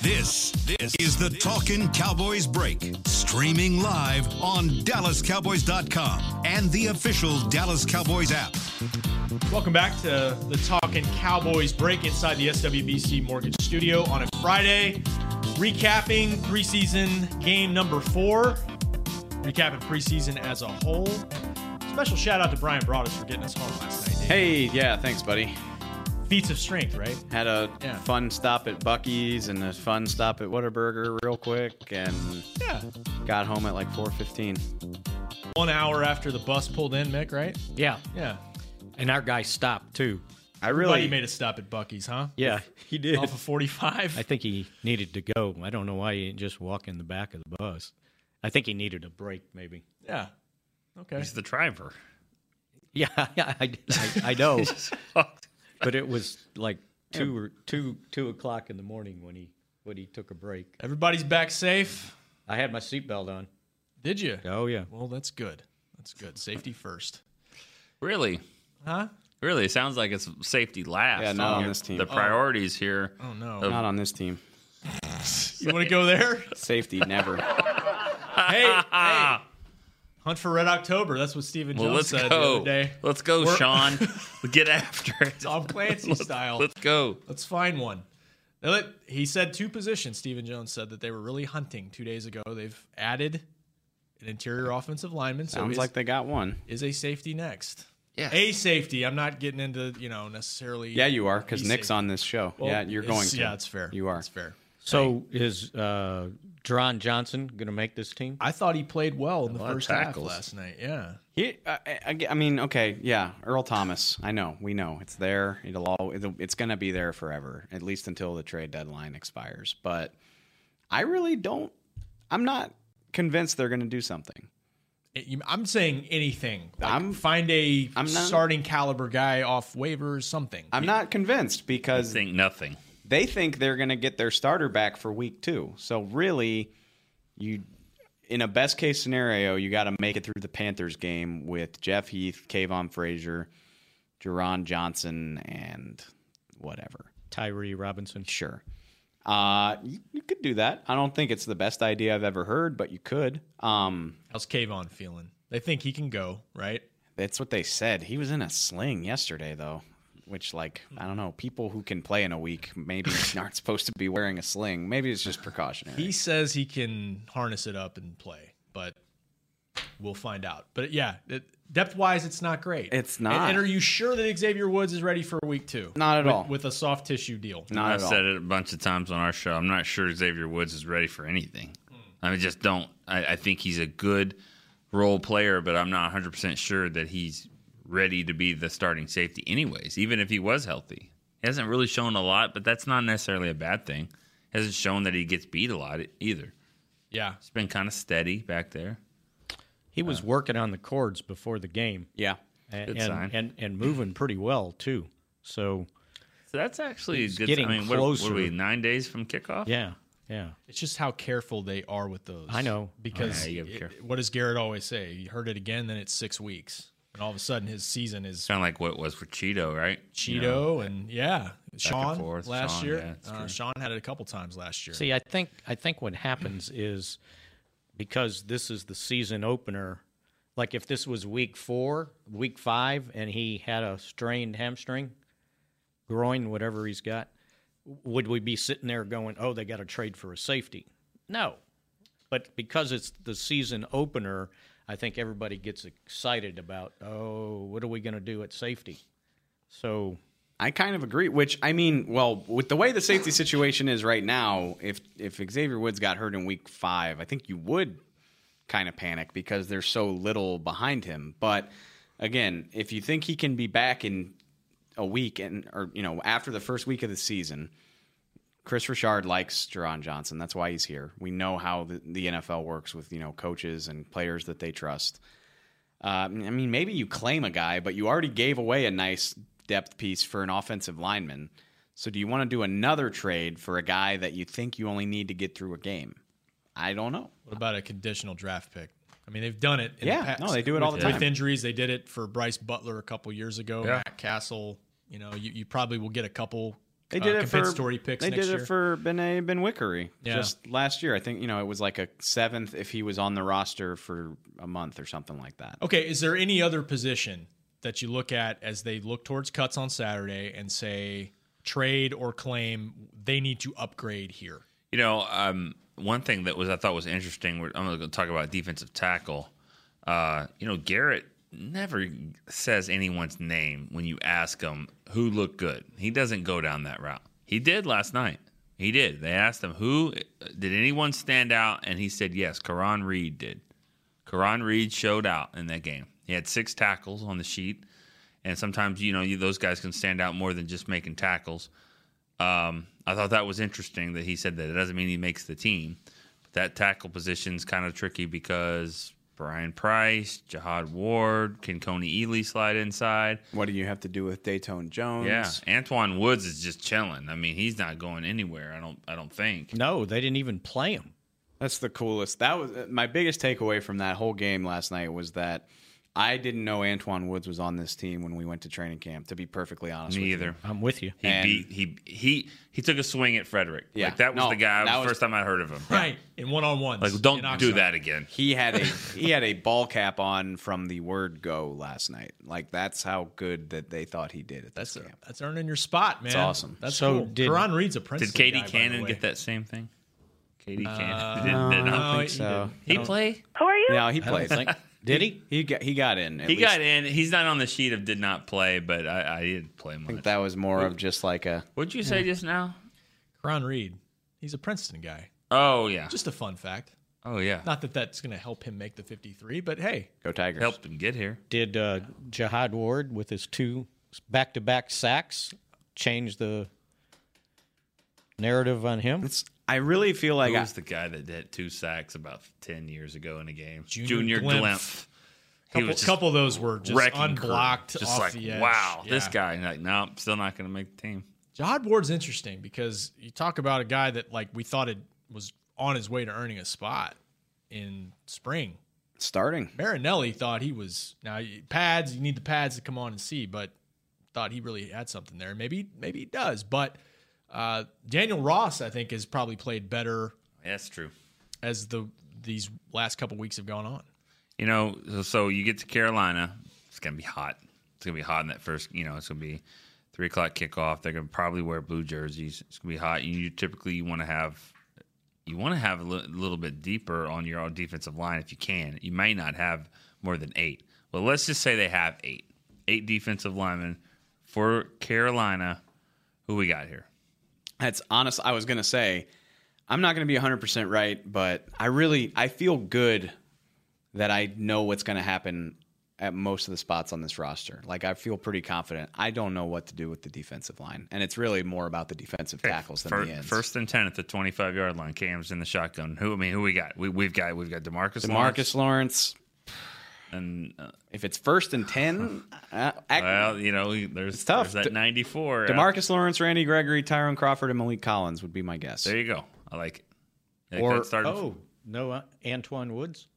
[SPEAKER 1] This, this is the Talkin' Cowboys Break, streaming live on DallasCowboys.com and the official Dallas Cowboys app.
[SPEAKER 2] Welcome back to the Talking Cowboys break inside the SWBC Mortgage Studio on a Friday. Recapping preseason game number four, recapping preseason as a whole. Special shout out to Brian Broadus for getting us home last night. Dave.
[SPEAKER 3] Hey, yeah, thanks, buddy.
[SPEAKER 2] Feats of strength, right?
[SPEAKER 3] Had a
[SPEAKER 2] Yeah.
[SPEAKER 3] fun stop at Bucky's and a fun stop at Whataburger real quick, and
[SPEAKER 2] Yeah.
[SPEAKER 3] got home at like 4:15.
[SPEAKER 2] One hour after the bus pulled in, Mick, right?
[SPEAKER 5] Yeah,
[SPEAKER 2] Yeah.
[SPEAKER 5] and our guy stopped too.
[SPEAKER 3] I
[SPEAKER 2] Really?
[SPEAKER 3] really
[SPEAKER 2] made a stop at Bucky's, huh?
[SPEAKER 5] Yeah, he did.
[SPEAKER 2] Off of 45.
[SPEAKER 5] I think he needed to go. I don't know why he didn't just walk in the back of the bus. I think he needed a break, maybe.
[SPEAKER 2] yeah. Okay.
[SPEAKER 6] He's the driver.
[SPEAKER 5] Yeah, I, I, I know,
[SPEAKER 6] Fuck.
[SPEAKER 5] but it was like two or two two o'clock in the morning when he when he took a break.
[SPEAKER 2] Everybody's back safe.
[SPEAKER 5] I had my seatbelt on.
[SPEAKER 2] Did you?
[SPEAKER 5] Oh yeah,
[SPEAKER 2] Well, that's good. That's good. Safety first.
[SPEAKER 6] Really?
[SPEAKER 2] Huh?
[SPEAKER 6] Really? It sounds like it's safety last.
[SPEAKER 3] Yeah, not on
[SPEAKER 6] Your-
[SPEAKER 3] this team.
[SPEAKER 6] The priorities here.
[SPEAKER 2] Oh, no.
[SPEAKER 3] not on this team.
[SPEAKER 2] You want to go there?
[SPEAKER 3] Safety never.
[SPEAKER 2] hey, hey. Hunt for Red October. That's what Stephen
[SPEAKER 6] Well,
[SPEAKER 2] Jones
[SPEAKER 6] let's
[SPEAKER 2] said the
[SPEAKER 6] go.
[SPEAKER 2] other day.
[SPEAKER 6] Let's go,
[SPEAKER 2] We're-
[SPEAKER 6] Sean. Get after it.
[SPEAKER 2] Tom Clancy
[SPEAKER 6] Let's-
[SPEAKER 2] style.
[SPEAKER 6] Let's go.
[SPEAKER 2] Let's find one. Now, let- He said two positions. Stephen Jones said that they were really hunting two days ago. They've added an interior offensive lineman. So
[SPEAKER 3] Sounds
[SPEAKER 2] is,
[SPEAKER 3] like they got one.
[SPEAKER 2] is a safety next.
[SPEAKER 6] Yeah.
[SPEAKER 2] A safety. I'm not getting into you know necessarily.
[SPEAKER 3] Yeah, you are because
[SPEAKER 2] He's
[SPEAKER 3] Nick's
[SPEAKER 2] safe.
[SPEAKER 3] on this show.
[SPEAKER 2] Well,
[SPEAKER 3] yeah, you're
[SPEAKER 2] it's-
[SPEAKER 3] going. To.
[SPEAKER 2] Yeah, it's fair.
[SPEAKER 3] You are.
[SPEAKER 2] It's fair.
[SPEAKER 5] So is uh, Dron Johnson going to make this team?
[SPEAKER 2] I thought he played well in the
[SPEAKER 6] lot of
[SPEAKER 2] first half
[SPEAKER 6] tackles.
[SPEAKER 2] last night. Yeah.
[SPEAKER 3] He, I, I- I mean, okay, yeah, Earl Thomas. I know, we know it's there. It'll all. It'll, it's going to be there forever, at least until the trade deadline expires. But I really don't. I'm not convinced they're going to do something.
[SPEAKER 2] It- you- I'm saying anything. Like,
[SPEAKER 3] I'm-
[SPEAKER 2] find a
[SPEAKER 3] I'm not-
[SPEAKER 2] starting caliber guy off waivers, something.
[SPEAKER 3] I'm not convinced
[SPEAKER 6] I
[SPEAKER 3] because
[SPEAKER 6] think nothing.
[SPEAKER 3] they think they're going to get their starter back for week two. So really, you in a best case scenario, you got to make it through the Panthers game with Jeff Heath, Kayvon Frazier, Jerron Johnson, and whatever.
[SPEAKER 5] Tyree Robinson.
[SPEAKER 3] Sure. Uh, you, you could do that. I don't think it's the best idea I've ever heard, but you could. Um,
[SPEAKER 2] How's Kayvon feeling? They think he can go, right?
[SPEAKER 3] that's what they said. He was in a sling yesterday, though, which, like, I don't know. People who can play in a week maybe aren't supposed to be wearing a sling. Maybe it's just precautionary.
[SPEAKER 2] He says he can harness it up and play, but We'll find out. But yeah, it, depth wise, it's not great.
[SPEAKER 3] It's
[SPEAKER 2] And-
[SPEAKER 3] not.
[SPEAKER 2] And, are you sure that Xavier Woods is ready for week two?
[SPEAKER 3] Not at
[SPEAKER 2] With-
[SPEAKER 3] all.
[SPEAKER 2] With a soft tissue deal.
[SPEAKER 6] I've said it a bunch of times on our show. I'm not sure Xavier Woods is ready for anything. I mean, just don't. I, I think he's a good role player, but I'm not 100% sure that he's ready to be the starting safety, anyways, even if he was healthy. He hasn't really shown a lot, but that's not necessarily a bad thing. hasn't shown that he gets beat a lot either.
[SPEAKER 2] Yeah.
[SPEAKER 6] It's been kind of steady back there.
[SPEAKER 5] He was working on the cords before the game.
[SPEAKER 3] Yeah.
[SPEAKER 5] And
[SPEAKER 6] Good
[SPEAKER 5] and,
[SPEAKER 6] sign.
[SPEAKER 5] and and moving pretty well too. So
[SPEAKER 6] So that's actually a
[SPEAKER 5] He's
[SPEAKER 6] good
[SPEAKER 5] getting
[SPEAKER 6] I mean, what- What,
[SPEAKER 5] closer.
[SPEAKER 6] are we, nine days from kickoff?
[SPEAKER 5] yeah, yeah.
[SPEAKER 2] It's just how careful they are with those.
[SPEAKER 5] I know.
[SPEAKER 2] Because
[SPEAKER 6] Yeah, you gotta be
[SPEAKER 2] it-
[SPEAKER 6] careful.
[SPEAKER 2] what does Garrett always say? You heard it again, then it's six weeks. And all of a sudden his season is
[SPEAKER 6] Kind of like what it was for Cheeto, right?
[SPEAKER 2] Cheeto
[SPEAKER 6] You know,
[SPEAKER 2] and yeah. Sean
[SPEAKER 6] forth,
[SPEAKER 2] last
[SPEAKER 6] Sean,
[SPEAKER 2] year.
[SPEAKER 6] yeah, it's
[SPEAKER 2] uh,
[SPEAKER 6] true.
[SPEAKER 2] Sean had it a couple times last year.
[SPEAKER 5] See, I think I think what happens is because this is the season opener. Like if this was week four, week five, and he had a strained hamstring, groin, whatever he's got, would we be sitting there going, "Oh, they got to trade for a safety"? No, but because it's the season opener, I think everybody gets excited about, "Oh, what are we going to do at safety?" So
[SPEAKER 3] I kind of agree. Which I mean, well, with the way the safety situation is right now, if if Xavier Woods got hurt in week five, I think you would kind of panic because there's so little behind him. But again, if you think he can be back in a week and or you know after the first week of the season, Chris Richard likes Jerron Johnson. That's why he's here. We know how the, the NFL works with you know coaches and players that they trust. Uh, I mean, maybe you claim a guy, but you already gave away a nice depth piece for an offensive lineman. So do you want to do another trade for a guy that you think you only need to get through a game? I don't know.
[SPEAKER 2] What about a conditional draft pick? I mean, they've done it. In
[SPEAKER 3] Yeah,
[SPEAKER 2] the past.
[SPEAKER 3] no, they do it all
[SPEAKER 2] With-
[SPEAKER 3] the time.
[SPEAKER 2] With injuries, they did it for Bryce Butler a couple years ago.
[SPEAKER 6] Yeah.
[SPEAKER 2] Matt Castle. You know, you, you probably will get a couple.
[SPEAKER 3] They did
[SPEAKER 2] uh,
[SPEAKER 3] it for
[SPEAKER 2] compensatory picks
[SPEAKER 3] They
[SPEAKER 2] next
[SPEAKER 3] did
[SPEAKER 2] year.
[SPEAKER 3] it for Benet Benwickery
[SPEAKER 2] Yeah.
[SPEAKER 3] just last year. I think you know it was like a seventh if he was on the roster for a month or something like that.
[SPEAKER 2] Okay, is there any other position that you look at as they look towards cuts on Saturday and say trade or claim they need to upgrade here?
[SPEAKER 6] You know, um, one thing that was I thought was interesting. we're- I'm going to talk about defensive tackle. Uh, you know, Garrett never says anyone's name when you ask him who looked good. He doesn't go down that route. He did last night. He did. They asked him who uh, did anyone stand out, and he said yes. Karan Reed did. Karan Reed showed out in that game. He had six tackles on the sheet, and sometimes you know you, those guys can stand out more than just making tackles. Um, I thought that was interesting that he said that. It doesn't mean he makes the team. But that tackle position's kind of tricky because Brian Price, Jihad Ward, can Coney Ely slide inside?
[SPEAKER 3] What do you have to do with Dayton Jones?
[SPEAKER 6] Yeah, Antoine Woods is just chilling. I mean, he's not going anywhere. I don't. I don't think.
[SPEAKER 5] no, they didn't even play him.
[SPEAKER 3] That's the coolest. That was uh, my biggest takeaway from that whole game last night was that I didn't know Antoine Woods was on this team when we went to training camp. To be perfectly honest,
[SPEAKER 6] Me
[SPEAKER 3] with you.
[SPEAKER 6] either.
[SPEAKER 5] I'm with you.
[SPEAKER 6] He
[SPEAKER 3] And-
[SPEAKER 6] beat. He he he took a swing at Frederick.
[SPEAKER 3] Yeah,
[SPEAKER 6] like that was
[SPEAKER 3] no,
[SPEAKER 6] the guy.
[SPEAKER 3] that
[SPEAKER 6] That
[SPEAKER 3] was-
[SPEAKER 6] was first time I heard of him.
[SPEAKER 2] Right, in one on ones.
[SPEAKER 6] Like, don't do that again.
[SPEAKER 3] He had a he had a ball cap on from the word go last night. Like that's how good that they thought he did at this
[SPEAKER 2] That's
[SPEAKER 3] camp.
[SPEAKER 2] that's earning your spot, man. That's
[SPEAKER 3] awesome.
[SPEAKER 2] That's
[SPEAKER 5] So
[SPEAKER 2] cool.
[SPEAKER 5] did-
[SPEAKER 2] Karan Reed's a Princeton.
[SPEAKER 6] Did Katie
[SPEAKER 2] guy, by the
[SPEAKER 6] Cannon
[SPEAKER 2] way.
[SPEAKER 6] get that same thing? Katie Cannon.
[SPEAKER 3] no,
[SPEAKER 6] did, did
[SPEAKER 3] I
[SPEAKER 6] not
[SPEAKER 3] don't
[SPEAKER 2] No,
[SPEAKER 3] think
[SPEAKER 2] he
[SPEAKER 3] so.
[SPEAKER 6] Uh, He play?
[SPEAKER 13] Who are you?
[SPEAKER 3] No, he played.
[SPEAKER 5] Did he?
[SPEAKER 3] He got he got in. at
[SPEAKER 6] He
[SPEAKER 3] least.
[SPEAKER 6] got in. He's not on the sheet of did not play, but I, I did play
[SPEAKER 3] I think
[SPEAKER 6] much.
[SPEAKER 3] that was more of just like a
[SPEAKER 6] What'd you say just now?
[SPEAKER 2] Karan Reed. He's a Princeton guy.
[SPEAKER 6] Oh yeah.
[SPEAKER 2] Just a fun fact.
[SPEAKER 6] oh yeah.
[SPEAKER 2] Not that that's going to help him make the 53, but hey,
[SPEAKER 3] go Tigers.
[SPEAKER 6] Helped him get here.
[SPEAKER 5] Did uh, Jihad Ward with his two back-to-back sacks change the narrative on him?
[SPEAKER 3] It's, I really feel like
[SPEAKER 6] Who
[SPEAKER 3] I,
[SPEAKER 6] was the guy that had two sacks about ten years ago in a game?
[SPEAKER 2] Junior Glimpf.
[SPEAKER 6] Glimpf. He
[SPEAKER 2] couple,
[SPEAKER 6] was just
[SPEAKER 2] couple of those were just
[SPEAKER 6] wrecking
[SPEAKER 2] unblocked
[SPEAKER 6] crew. Just
[SPEAKER 2] off
[SPEAKER 6] like
[SPEAKER 2] the edge.
[SPEAKER 6] wow, this
[SPEAKER 2] Yeah.
[SPEAKER 6] guy. Like no, I'm still not going to make the team.
[SPEAKER 2] Jihad Ward's interesting because you talk about a guy that like we thought it was on his way to earning a spot in spring.
[SPEAKER 3] starting.
[SPEAKER 2] Marinelli thought he was now you- pads. You need the pads to come on and see, but thought he really had something there. Maybe maybe he does, but uh, Daniel Ross I think has probably played better
[SPEAKER 6] Yeah, that's true.
[SPEAKER 2] as the these last couple weeks have gone on.
[SPEAKER 6] You know, so- so you get to Carolina, it's gonna be hot. It's gonna be hot in that first. You know, it's gonna be three o'clock kickoff. They're gonna probably wear blue jerseys. It's gonna be hot. You typically you want to have you want to have a li- little bit deeper on your defensive line if you can. You may not have more than eight. Well, let's just say they have eight, eight defensive linemen for Carolina. Who we got here?
[SPEAKER 3] That's honest. I was gonna say, I'm not gonna be 100 percent right, but I really I feel good that I know what's gonna happen at most of the spots on this roster. Like I feel pretty confident. I don't know what to do with the defensive line, and it's really more about the defensive tackles than
[SPEAKER 6] Fir-
[SPEAKER 3] the ends.
[SPEAKER 6] First and ten at the twenty-five yard line. Cam's in the shotgun. Who I mean, who we got? We, we've got we've got Demarcus.
[SPEAKER 3] Demarcus Lawrence.
[SPEAKER 6] And uh,
[SPEAKER 3] if it's first and ten, uh, ac-
[SPEAKER 6] well, you know, we- there's
[SPEAKER 3] tough.
[SPEAKER 6] tough. There's
[SPEAKER 3] De-
[SPEAKER 6] that ninety-four. uh,
[SPEAKER 3] Demarcus Lawrence, Randy Gregory, Tyrone Crawford, and Malik Collins would be my guess.
[SPEAKER 6] There you go. I like it.
[SPEAKER 5] or oh no, uh, Antoine Woods.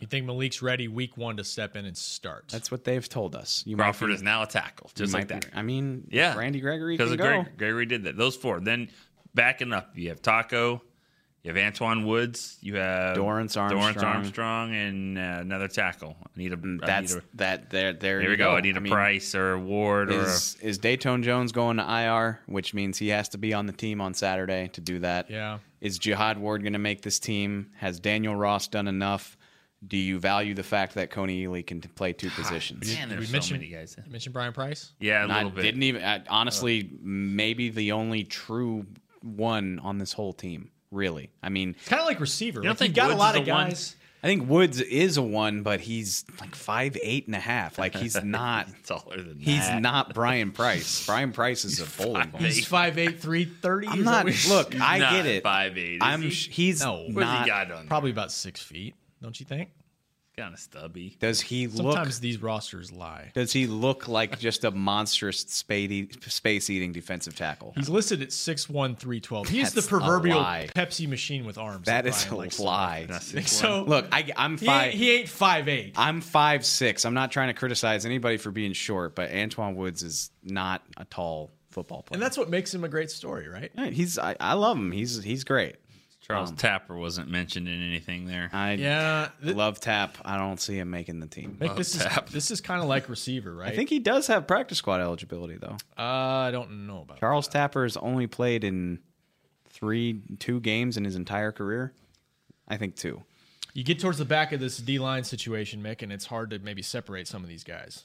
[SPEAKER 2] You think Malik's ready week one to step in and start?
[SPEAKER 3] That's what they've told us. You
[SPEAKER 6] Crawford is now a tackle, just
[SPEAKER 3] you
[SPEAKER 6] like
[SPEAKER 3] might
[SPEAKER 6] that.
[SPEAKER 3] be- I mean,
[SPEAKER 6] Yeah,
[SPEAKER 3] Randy Gregory
[SPEAKER 6] because
[SPEAKER 3] can
[SPEAKER 6] of
[SPEAKER 3] go.
[SPEAKER 6] Greg, Gregory did that. Those four. Then backing up, you have Taco, you have Antoine Woods, you have
[SPEAKER 3] Dorrance
[SPEAKER 6] Dorrance
[SPEAKER 3] Armstrong.
[SPEAKER 6] Armstrong, and uh, another tackle. I need a. I
[SPEAKER 3] Mm, That's
[SPEAKER 6] need a-
[SPEAKER 3] that. There, there.
[SPEAKER 6] There we
[SPEAKER 3] you
[SPEAKER 6] go.
[SPEAKER 3] go.
[SPEAKER 6] I need a
[SPEAKER 3] I mean,
[SPEAKER 6] Price or a Ward or.
[SPEAKER 3] Is is Dayton Jones going to IR, which means he has to be on the team on Saturday to do that?
[SPEAKER 2] Yeah.
[SPEAKER 3] Is Jihad Ward going to make this team? Has Daniel Ross done enough? Do you value the fact that Coney Ely can t- play two positions?
[SPEAKER 6] man, there's so
[SPEAKER 2] mention-
[SPEAKER 6] many guys.
[SPEAKER 2] You mentioned Brian Price.
[SPEAKER 6] Yeah, a
[SPEAKER 3] And I
[SPEAKER 6] little bit. Uh.
[SPEAKER 3] didn't even I, honestly. Maybe the only true one on this whole team. Really, I mean,
[SPEAKER 2] It's kind of like receiver.
[SPEAKER 6] You don't
[SPEAKER 2] Like, he
[SPEAKER 6] think
[SPEAKER 2] got
[SPEAKER 6] Woods
[SPEAKER 2] a lot
[SPEAKER 6] is
[SPEAKER 2] of
[SPEAKER 6] the one-
[SPEAKER 2] guys.
[SPEAKER 3] I think Woods is a one, but he's like five eight and a half. Like he's not.
[SPEAKER 6] taller than
[SPEAKER 3] He's
[SPEAKER 6] that.
[SPEAKER 3] not Brian Price. Brian Price is a bowling ball.
[SPEAKER 2] He's 5'8", 330.
[SPEAKER 3] I'm not. Look, I
[SPEAKER 6] Not
[SPEAKER 3] get it.
[SPEAKER 6] Five eight.
[SPEAKER 3] I'm. sh- He's
[SPEAKER 2] No. Where's he
[SPEAKER 3] not.
[SPEAKER 6] got on?
[SPEAKER 2] probably about six feet. Don't you think?
[SPEAKER 6] Kind of stubby.
[SPEAKER 3] Does he
[SPEAKER 2] Sometimes
[SPEAKER 3] look?
[SPEAKER 2] these rosters lie.
[SPEAKER 3] Does he look like just a monstrous space eating defensive tackle?
[SPEAKER 2] He's listed at 6'1", 312. He's the
[SPEAKER 3] That's a
[SPEAKER 2] proverbial
[SPEAKER 3] lie.
[SPEAKER 2] Pepsi machine with arms.
[SPEAKER 3] That
[SPEAKER 2] like
[SPEAKER 3] is
[SPEAKER 2] Brian
[SPEAKER 3] a
[SPEAKER 2] likes to-
[SPEAKER 3] lie.
[SPEAKER 2] So
[SPEAKER 3] Look, I, I'm
[SPEAKER 2] he ain't,
[SPEAKER 3] five.
[SPEAKER 2] he ain't 5'8".
[SPEAKER 3] I'm five six. I'm not trying to criticize anybody for being short, but Antoine Woods is not a tall football player.
[SPEAKER 2] And that's what makes him a great story, right?
[SPEAKER 3] Yeah, he's. I, I love him. He's he's great.
[SPEAKER 6] Charles Tapper wasn't mentioned in anything there.
[SPEAKER 3] I
[SPEAKER 2] Yeah. th-
[SPEAKER 3] love Tap. I don't see him making the team.
[SPEAKER 2] Nick, this is this is kind of like receiver, right?
[SPEAKER 3] I think he does have practice squad eligibility though.
[SPEAKER 2] uh, I don't know about
[SPEAKER 3] Charles Tapper has only played in three, two games in his entire career. I think two.
[SPEAKER 2] You get towards the back of this D line situation, Mick, and it's hard to maybe separate some of these guys.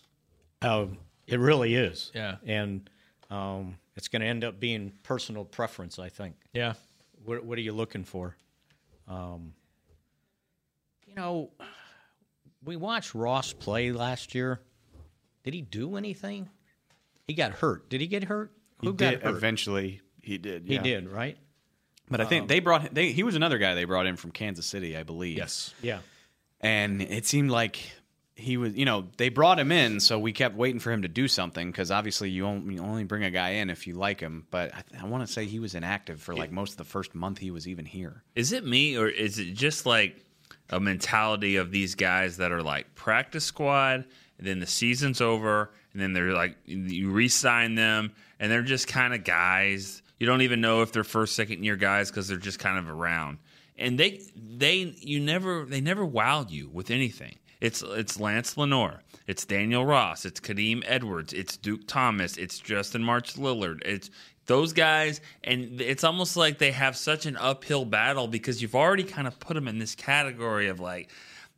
[SPEAKER 5] Um, it really is.
[SPEAKER 2] Yeah.
[SPEAKER 5] And um, it's going to end up being personal preference, I think.
[SPEAKER 2] Yeah.
[SPEAKER 5] What, what are you looking for? Um, you know, we watched Ross play last year. Did he do anything? He got hurt. Did he get hurt? Who got hurt?
[SPEAKER 3] eventually. He did. Um,
[SPEAKER 5] He did, right?
[SPEAKER 3] But I think they brought. They, he was another guy they brought in from Kansas City, I believe.
[SPEAKER 2] Yes.
[SPEAKER 5] Yeah.
[SPEAKER 3] and it seemed like he was you know they brought him in so we kept waiting for him to do something because obviously you only, you only bring a guy in if you like him but i, th- I want to say he was inactive for like most of the first month he was even here
[SPEAKER 6] Is it me or is it just like a mentality of these guys that are like practice squad and then the season's over and then they're like you re-sign them and they're just kind of guys. You don't even know if they're first second year guys cuz they're just kind of around. And they they you never they never wowed you with anything. It's it's Lance Lenore, it's Daniel Ross, it's Kadeem Edwards, it's Duke Thomas, it's Justin March Lillard, it's those guys, and it's almost like they have such an uphill battle because you've already kind of put them in this category of like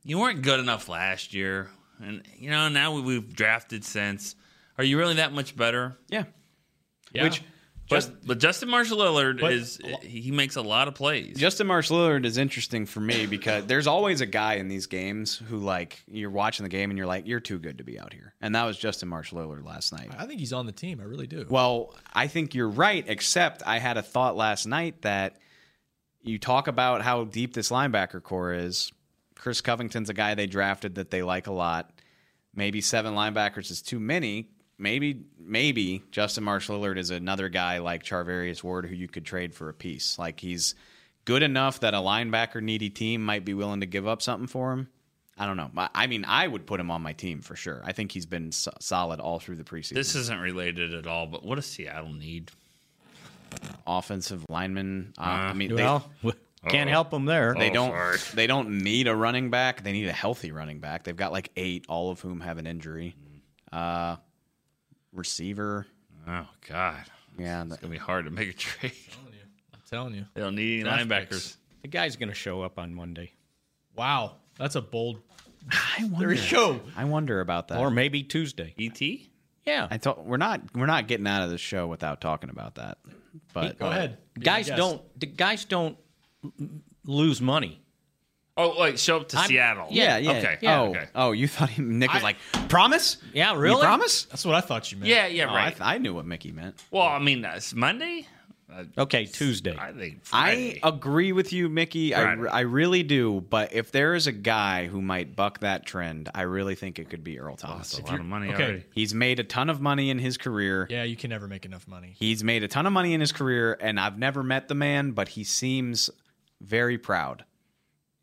[SPEAKER 6] you weren't good enough last year, and you know now we, we've drafted since. Are you really that much better?
[SPEAKER 3] yeah
[SPEAKER 2] Yeah.
[SPEAKER 3] which
[SPEAKER 6] Just, but Justin Marshall Lillard
[SPEAKER 2] But-
[SPEAKER 6] is he makes a lot of plays.
[SPEAKER 3] Justin Marsh Lillard is interesting for me because there's always a guy in these games who like you're watching the game and you're like you're too good to be out here, and that was Justin Marsh Lillard last night.
[SPEAKER 2] I think he's on the team. I really do.
[SPEAKER 3] Well, I think you're right, except I had a thought last night that you talk about how deep this linebacker core is. Chris Covington's a guy they drafted that they like a lot. Maybe seven linebackers is too many. Maybe maybe Justin Marsh Lillard is another guy like Charvarius Ward who you could trade for a piece. Like he's good enough that a linebacker needy team might be willing to give up something for him. I don't know. I- I mean, I would put him on my team for sure. I think he's been so- solid all through the preseason.
[SPEAKER 6] this isn't related at all, but what does Seattle need?
[SPEAKER 3] offensive lineman. Uh, I mean,
[SPEAKER 5] Well, can't help him there.
[SPEAKER 3] they, they
[SPEAKER 6] oh,
[SPEAKER 3] don't
[SPEAKER 6] sorry.
[SPEAKER 3] they don't need a running back. They need a healthy running back. They've got like eight, all of whom have an injury. Uh, receiver.
[SPEAKER 6] Oh God,
[SPEAKER 3] Yeah,
[SPEAKER 6] it's gonna be hard to make a trade.
[SPEAKER 2] I'm telling you.
[SPEAKER 6] They don't need
[SPEAKER 2] Draft
[SPEAKER 6] any linebackers.
[SPEAKER 2] picks.
[SPEAKER 14] The guy's going to show up on Monday.
[SPEAKER 2] Wow, that's a bold.
[SPEAKER 3] I
[SPEAKER 2] There you go.
[SPEAKER 3] I wonder about that.
[SPEAKER 14] Or maybe Tuesday.
[SPEAKER 6] ET?
[SPEAKER 14] Yeah.
[SPEAKER 3] I thought we're not we're not getting out of the show without talking about that. But
[SPEAKER 14] Go ahead. uh, Guys don't the guys don't lose money.
[SPEAKER 6] Oh, like show up to
[SPEAKER 14] I'm-
[SPEAKER 6] Seattle.
[SPEAKER 14] yeah, yeah,
[SPEAKER 6] Okay.
[SPEAKER 14] yeah.
[SPEAKER 6] Oh,
[SPEAKER 3] Oh,
[SPEAKER 6] okay.
[SPEAKER 3] oh, you thought he, Nick was like promise?
[SPEAKER 14] Yeah,
[SPEAKER 3] You
[SPEAKER 14] really?
[SPEAKER 3] promise?
[SPEAKER 2] That's what I thought you meant.
[SPEAKER 6] Yeah, yeah,
[SPEAKER 3] Oh, I,
[SPEAKER 6] right.
[SPEAKER 3] th- I knew what Mickey meant.
[SPEAKER 6] well, I mean, it's Monday.
[SPEAKER 14] Okay, Tuesday.
[SPEAKER 6] I oh, think
[SPEAKER 3] I
[SPEAKER 6] Friday.
[SPEAKER 3] agree with you, Mickey. I,
[SPEAKER 6] Friday.
[SPEAKER 3] I really do. But if there is a guy who might buck that trend, I really think it could be Earl Thomas.
[SPEAKER 6] a lot of money
[SPEAKER 2] okay.
[SPEAKER 6] already.
[SPEAKER 3] He's made a ton of money in his career.
[SPEAKER 2] Yeah, you can never make enough money.
[SPEAKER 3] He's made a ton of money in his career, and I've never met the man, but he seems very proud.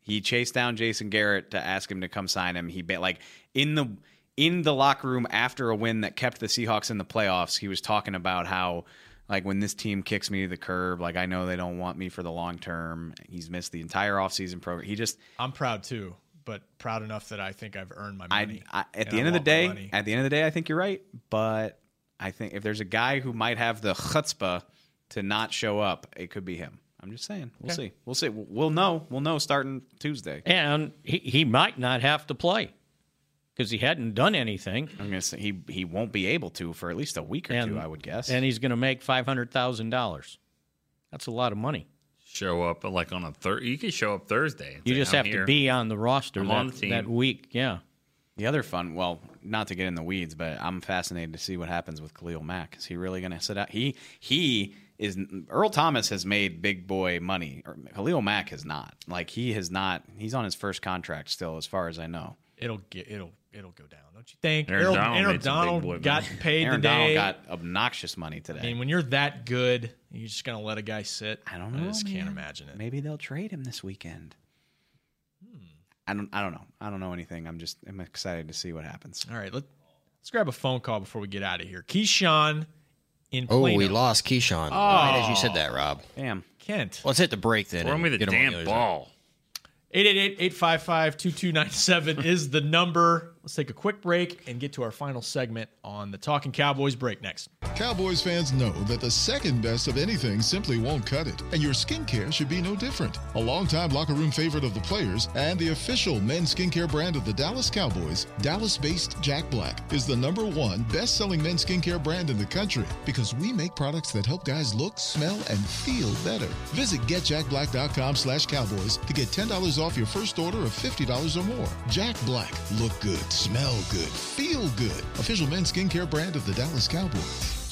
[SPEAKER 3] He chased down Jason Garrett to ask him to come sign him. He ba- like in the in the locker room after a win that kept the Seahawks in the playoffs. He was talking about how like when this team kicks me to the curb, like I know they don't want me for the long term. He's missed the entire offseason program. He just
[SPEAKER 2] I'm proud too, but proud enough that I think I've earned my
[SPEAKER 3] I,
[SPEAKER 2] money.
[SPEAKER 3] I at
[SPEAKER 2] and
[SPEAKER 3] the
[SPEAKER 2] I
[SPEAKER 3] end of the
[SPEAKER 2] want my
[SPEAKER 3] day,
[SPEAKER 2] money.
[SPEAKER 3] at the end of the day, I think you're right. But I think if there's a guy who might have the chutzpah to not show up, it could be him. I'm just saying. We'll
[SPEAKER 14] Okay.
[SPEAKER 3] see. We'll see. We'll know. We'll know starting Tuesday.
[SPEAKER 14] And he, he might not have to play because he hadn't done anything,
[SPEAKER 3] I'm gonna say he he won't be able to for at least a week or
[SPEAKER 14] And-
[SPEAKER 3] two. I would guess.
[SPEAKER 14] and he's going to make five hundred thousand dollars. That's a lot of money.
[SPEAKER 6] show up uh, like on a third. You could show up Thursday. and
[SPEAKER 14] You
[SPEAKER 6] say,
[SPEAKER 14] just
[SPEAKER 6] "I'm
[SPEAKER 14] have
[SPEAKER 6] here."
[SPEAKER 14] to be on the roster
[SPEAKER 6] I'm
[SPEAKER 14] that,
[SPEAKER 6] on the team.
[SPEAKER 14] that week. Yeah.
[SPEAKER 3] the other fun. Well, not to get in the weeds, but I'm fascinated to see what happens with Khalil Mack. Is he really gonna sit out? He he is. Earl Thomas has made big boy money. Or Khalil Mack has not. Like he has not. He's on his first contract still, as far as I know.
[SPEAKER 2] it'll get it'll it'll go down. Don't you think? Aaron,
[SPEAKER 6] Aaron Donald
[SPEAKER 2] Aaron
[SPEAKER 6] made some big
[SPEAKER 2] Donald
[SPEAKER 6] boy
[SPEAKER 2] got
[SPEAKER 6] money.
[SPEAKER 2] paid
[SPEAKER 3] Aaron
[SPEAKER 2] today.
[SPEAKER 3] Donald got obnoxious money today.
[SPEAKER 2] I mean, when you're that good, you're just gonna let a guy sit.
[SPEAKER 3] I don't
[SPEAKER 2] I
[SPEAKER 3] know,
[SPEAKER 2] just can't
[SPEAKER 3] man.
[SPEAKER 2] imagine it.
[SPEAKER 3] Maybe they'll trade him this weekend.
[SPEAKER 2] Hmm.
[SPEAKER 3] I don't. I don't know. I don't know anything. I'm just. I'm excited to see what happens.
[SPEAKER 2] All right, let, let's grab a phone call before we get out of here. Keyshawn in
[SPEAKER 10] Oh,
[SPEAKER 2] Plano.
[SPEAKER 10] we lost Keyshawn. Right as you said that, Rob.
[SPEAKER 3] Damn.
[SPEAKER 2] Kent.
[SPEAKER 10] Let's hit the break then.
[SPEAKER 6] Throw
[SPEAKER 10] and
[SPEAKER 6] me the
[SPEAKER 10] get him on
[SPEAKER 6] damn
[SPEAKER 10] other
[SPEAKER 6] ball.
[SPEAKER 2] 888-855-2297 is the number. Let's take a quick break and get to our final segment on the Talking Cowboys break next.
[SPEAKER 1] Cowboys fans know that the second best of anything simply won't cut it, and your skincare should be no different. A longtime locker room favorite of the players and the official men's skincare brand of the Dallas Cowboys, Dallas based Jack Black, is the number one best selling men's skincare brand in the country because we make products that help guys look, smell, and feel better. Visit getjackblack.com slash cowboys to get $10 off your first order of $50 or more. Jack Black, look good, smell good, feel good. Official men's skincare brand of the Dallas Cowboys.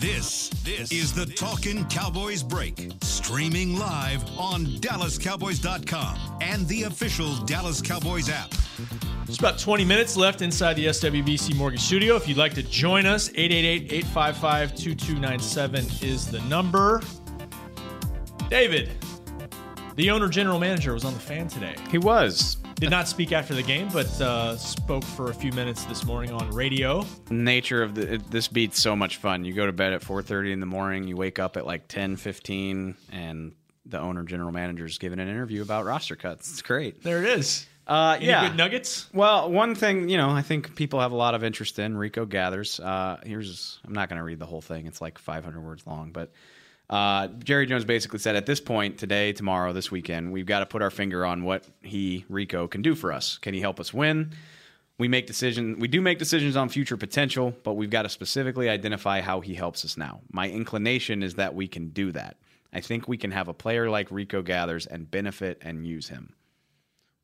[SPEAKER 15] This, this is the Talkin' Cowboys Break, streaming live on DallasCowboys.com and the official Dallas Cowboys app.
[SPEAKER 2] There's about 20 minutes left inside the SWBC Mortgage Studio. If you'd like to join us, 888-855-2297 is the number. David, the owner general manager was on the fan today.
[SPEAKER 3] He was.
[SPEAKER 2] Did not speak after the game, but uh, spoke for a few minutes this morning on radio.
[SPEAKER 3] Nature of the it, this beat's so much fun. You go to bed at 4:30 in the morning. You wake up at like 10:15, and the owner, general manager, is giving an interview about roster cuts. It's great.
[SPEAKER 2] There it is.
[SPEAKER 3] Uh,
[SPEAKER 2] Any
[SPEAKER 3] yeah.
[SPEAKER 2] good nuggets?
[SPEAKER 3] Well, one thing you know, I think people have a lot of interest in Rico gathers. Uh, here's I'm not going to read the whole thing; it's like 500 words long. But uh, Jerry Jones basically said, at this point, today, tomorrow, this weekend, we've got to put our finger on what he Rico can do for us. Can he help us win? We make decision. We do make decisions on future potential, but we've got to specifically identify how he helps us now. My inclination is that we can do that. I think we can have a player like Rico gathers and benefit and use him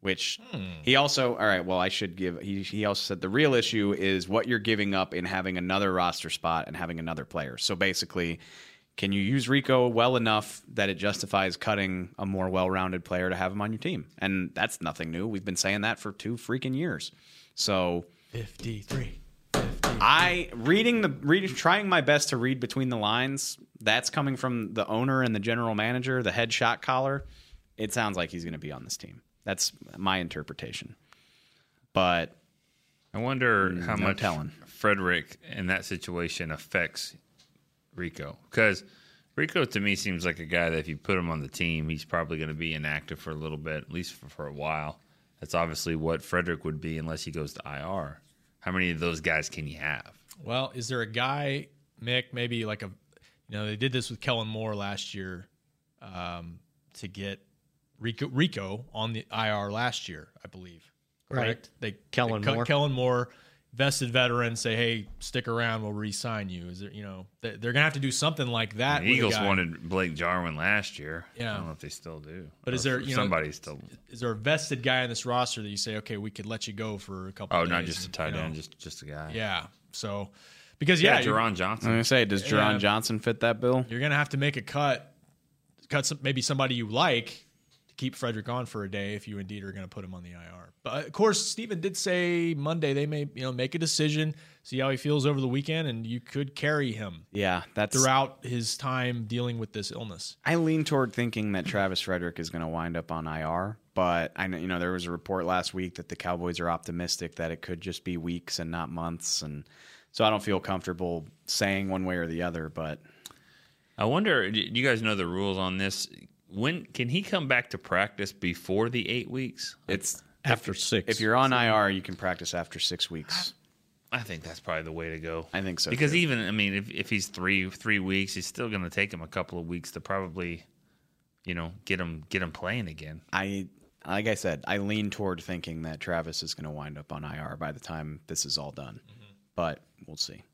[SPEAKER 3] which he also all right well i should give he, he also said the real issue is what you're giving up in having another roster spot and having another player so basically can you use rico well enough that it justifies cutting a more well-rounded player to have him on your team and that's nothing new we've been saying that for two freaking years so
[SPEAKER 2] 53.
[SPEAKER 3] I reading the reading trying my best to read between the lines. That's coming from the owner and the general manager, the head shot caller. It sounds like he's going to be on this team. That's my interpretation. But
[SPEAKER 6] I wonder how
[SPEAKER 3] no
[SPEAKER 6] much
[SPEAKER 3] telling.
[SPEAKER 6] Frederick in that situation affects Rico because Rico to me seems like a guy that if you put him on the team, he's probably going to be inactive for a little bit, at least for, for a while. That's obviously what Frederick would be unless he goes to IR. How many of those guys can you have?
[SPEAKER 2] Well, is there a guy, Mick, maybe like a, you know, they did this with Kellen Moore last year um, to get Rico, Rico on the IR last year, I believe. Correct. They
[SPEAKER 5] Kellen
[SPEAKER 2] they cut
[SPEAKER 5] Moore.
[SPEAKER 2] Kellen Moore, vested veteran, say, hey, stick around, we'll re-sign you. Is there, you know, they- they're gonna have to do something like that.
[SPEAKER 6] The
[SPEAKER 2] with a
[SPEAKER 6] Eagles
[SPEAKER 2] guy.
[SPEAKER 6] wanted Blake Jarwin last year. I
[SPEAKER 2] Yeah.
[SPEAKER 6] don't know if they still do.
[SPEAKER 2] But
[SPEAKER 6] Or
[SPEAKER 2] is there,
[SPEAKER 6] if
[SPEAKER 2] you know,
[SPEAKER 6] somebody still?
[SPEAKER 2] Is there a vested guy in this roster that you say, okay, we could let you go for a couple?
[SPEAKER 6] Oh,
[SPEAKER 2] days
[SPEAKER 6] not just a
[SPEAKER 2] and,
[SPEAKER 6] tight
[SPEAKER 2] you know,
[SPEAKER 6] end, just just a guy.
[SPEAKER 2] Yeah. So, because yeah,
[SPEAKER 6] Yeah,
[SPEAKER 2] you-
[SPEAKER 6] Jaron Johnson.
[SPEAKER 3] I'm going to say, does Jerron
[SPEAKER 2] Yeah.
[SPEAKER 3] Johnson fit that bill?
[SPEAKER 2] you're gonna have to make a cut, cut some, maybe somebody you like to keep Frederick on for a day if you indeed are gonna put him on the IR. But of course, Steven did say Monday they may you know make a decision, see how he feels over the weekend, and you could carry him
[SPEAKER 3] Yeah, that's
[SPEAKER 2] throughout his time dealing with this illness.
[SPEAKER 3] I lean toward thinking that Travis Frederick is going to wind up on IR, but I know you know there was a report last week that the Cowboys are optimistic that it could just be weeks and not months, and so I don't feel comfortable saying one way or the other. But
[SPEAKER 6] I wonder. Do you guys know the rules on this? When can he come back to practice before the eight weeks?
[SPEAKER 3] It's
[SPEAKER 5] after six.
[SPEAKER 3] if you're on IR, you can practice after six weeks.
[SPEAKER 6] I think that's probably the way to go.
[SPEAKER 3] I think so
[SPEAKER 6] because
[SPEAKER 3] too.
[SPEAKER 6] even I mean, if, if he's three three weeks, he's still going to take him a couple of weeks to probably, you know, get him get him playing again.
[SPEAKER 3] I like I said, I lean toward thinking that Travis is going to wind up on IR by the time this is all done, but we'll see.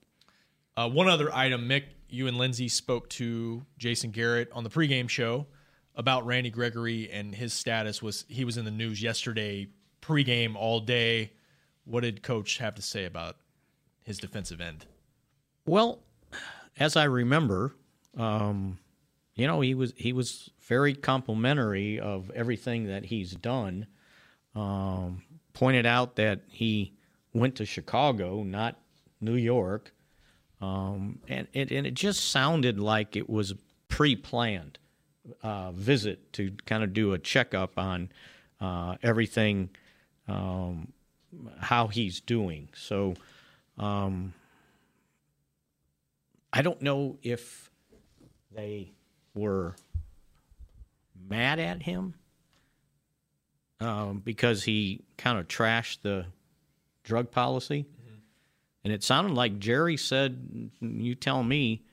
[SPEAKER 2] Uh, one other item, Mick, you and Lindsay spoke to Jason Garrett on the pregame show about Randy Gregory and his status was he was in the news yesterday pregame all day. What did coach have to say about his defensive end?
[SPEAKER 5] Well, as I remember, um, you know, he was he was very complimentary of everything that he's done. Um, pointed out that he went to Chicago, not New York, um, and it, and it just sounded like it was pre-planned uh, visit to kind of do a checkup on uh, everything, um, how he's doing. So. Um, I don't know if they were mad at him um, because he kind of trashed the drug policy. And it sounded like Jerry said, You tell me,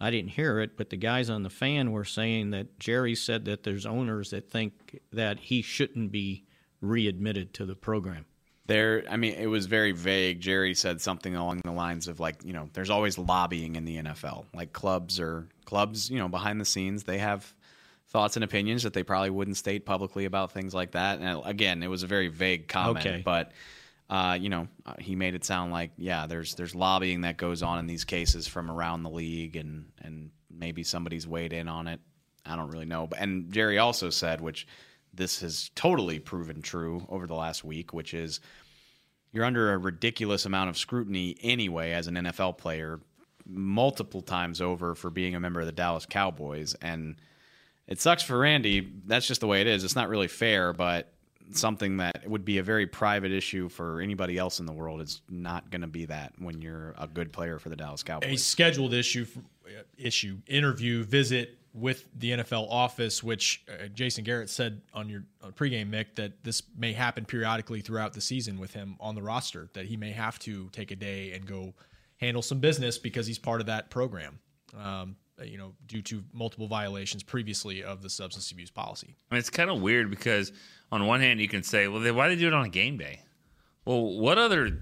[SPEAKER 5] I didn't hear it, but the guys on the fan were saying that Jerry said that there's owners that think that he shouldn't be readmitted to the program.
[SPEAKER 3] There, I mean, it was very vague. Jerry said something along the lines of like, you know, there's always lobbying in the NFL. Like clubs or clubs, you know, behind the scenes, they have thoughts and opinions that they probably wouldn't state publicly about things like that. And again, it was a very vague comment,
[SPEAKER 5] Okay.
[SPEAKER 3] but uh, you know, uh, he made it sound like, yeah, there's there's lobbying that goes on in these cases from around the league, and and maybe somebody's weighed in on it. I don't really know. But and Jerry also said, which this has totally proven true over the last week, which is you're under a ridiculous amount of scrutiny anyway as an NFL player, multiple times over for being a member of the Dallas Cowboys. And it sucks for Randy. That's just the way it is. It's not really fair, but something that would be a very private issue for anybody else in the world is not going to be that when you're a good player for the Dallas Cowboys.
[SPEAKER 2] A scheduled issue, f- issue interview visit with the NFL office, which uh, Jason Garrett said on your on pregame, Mick, that this may happen periodically throughout the season with him on the roster, that he may have to take a day and go handle some business because he's part of that program, um, you know, due to multiple violations previously of the substance abuse policy.
[SPEAKER 6] I mean, it's kind of weird because on one hand you can say, well, then why they do it on a game day? Well, what other?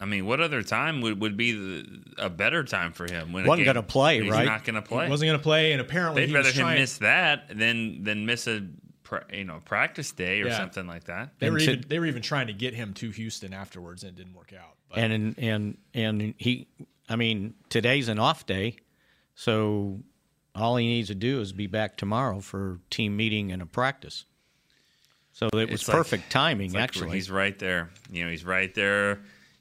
[SPEAKER 6] I mean, what other time would, would be the, a better time for him? When a
[SPEAKER 5] Wasn't
[SPEAKER 6] game-
[SPEAKER 5] gonna play,
[SPEAKER 6] he's
[SPEAKER 5] right?
[SPEAKER 6] Not going to play.
[SPEAKER 2] He wasn't going to play, and apparently
[SPEAKER 6] They'd
[SPEAKER 2] he
[SPEAKER 6] rather
[SPEAKER 2] was
[SPEAKER 6] him
[SPEAKER 2] trying-
[SPEAKER 6] miss that than than miss a pra- you know practice day or
[SPEAKER 2] Yeah.
[SPEAKER 6] something like that.
[SPEAKER 2] They were
[SPEAKER 5] And to-
[SPEAKER 2] even they were even trying to get him to Houston afterwards, and it didn't work out.
[SPEAKER 5] and and and and he i mean today's an off day so all he needs to do is be back tomorrow for team meeting and a practice so it was
[SPEAKER 6] It's like-
[SPEAKER 5] perfect timing
[SPEAKER 6] it's like
[SPEAKER 5] actually
[SPEAKER 6] he's right there. You know, he's right there,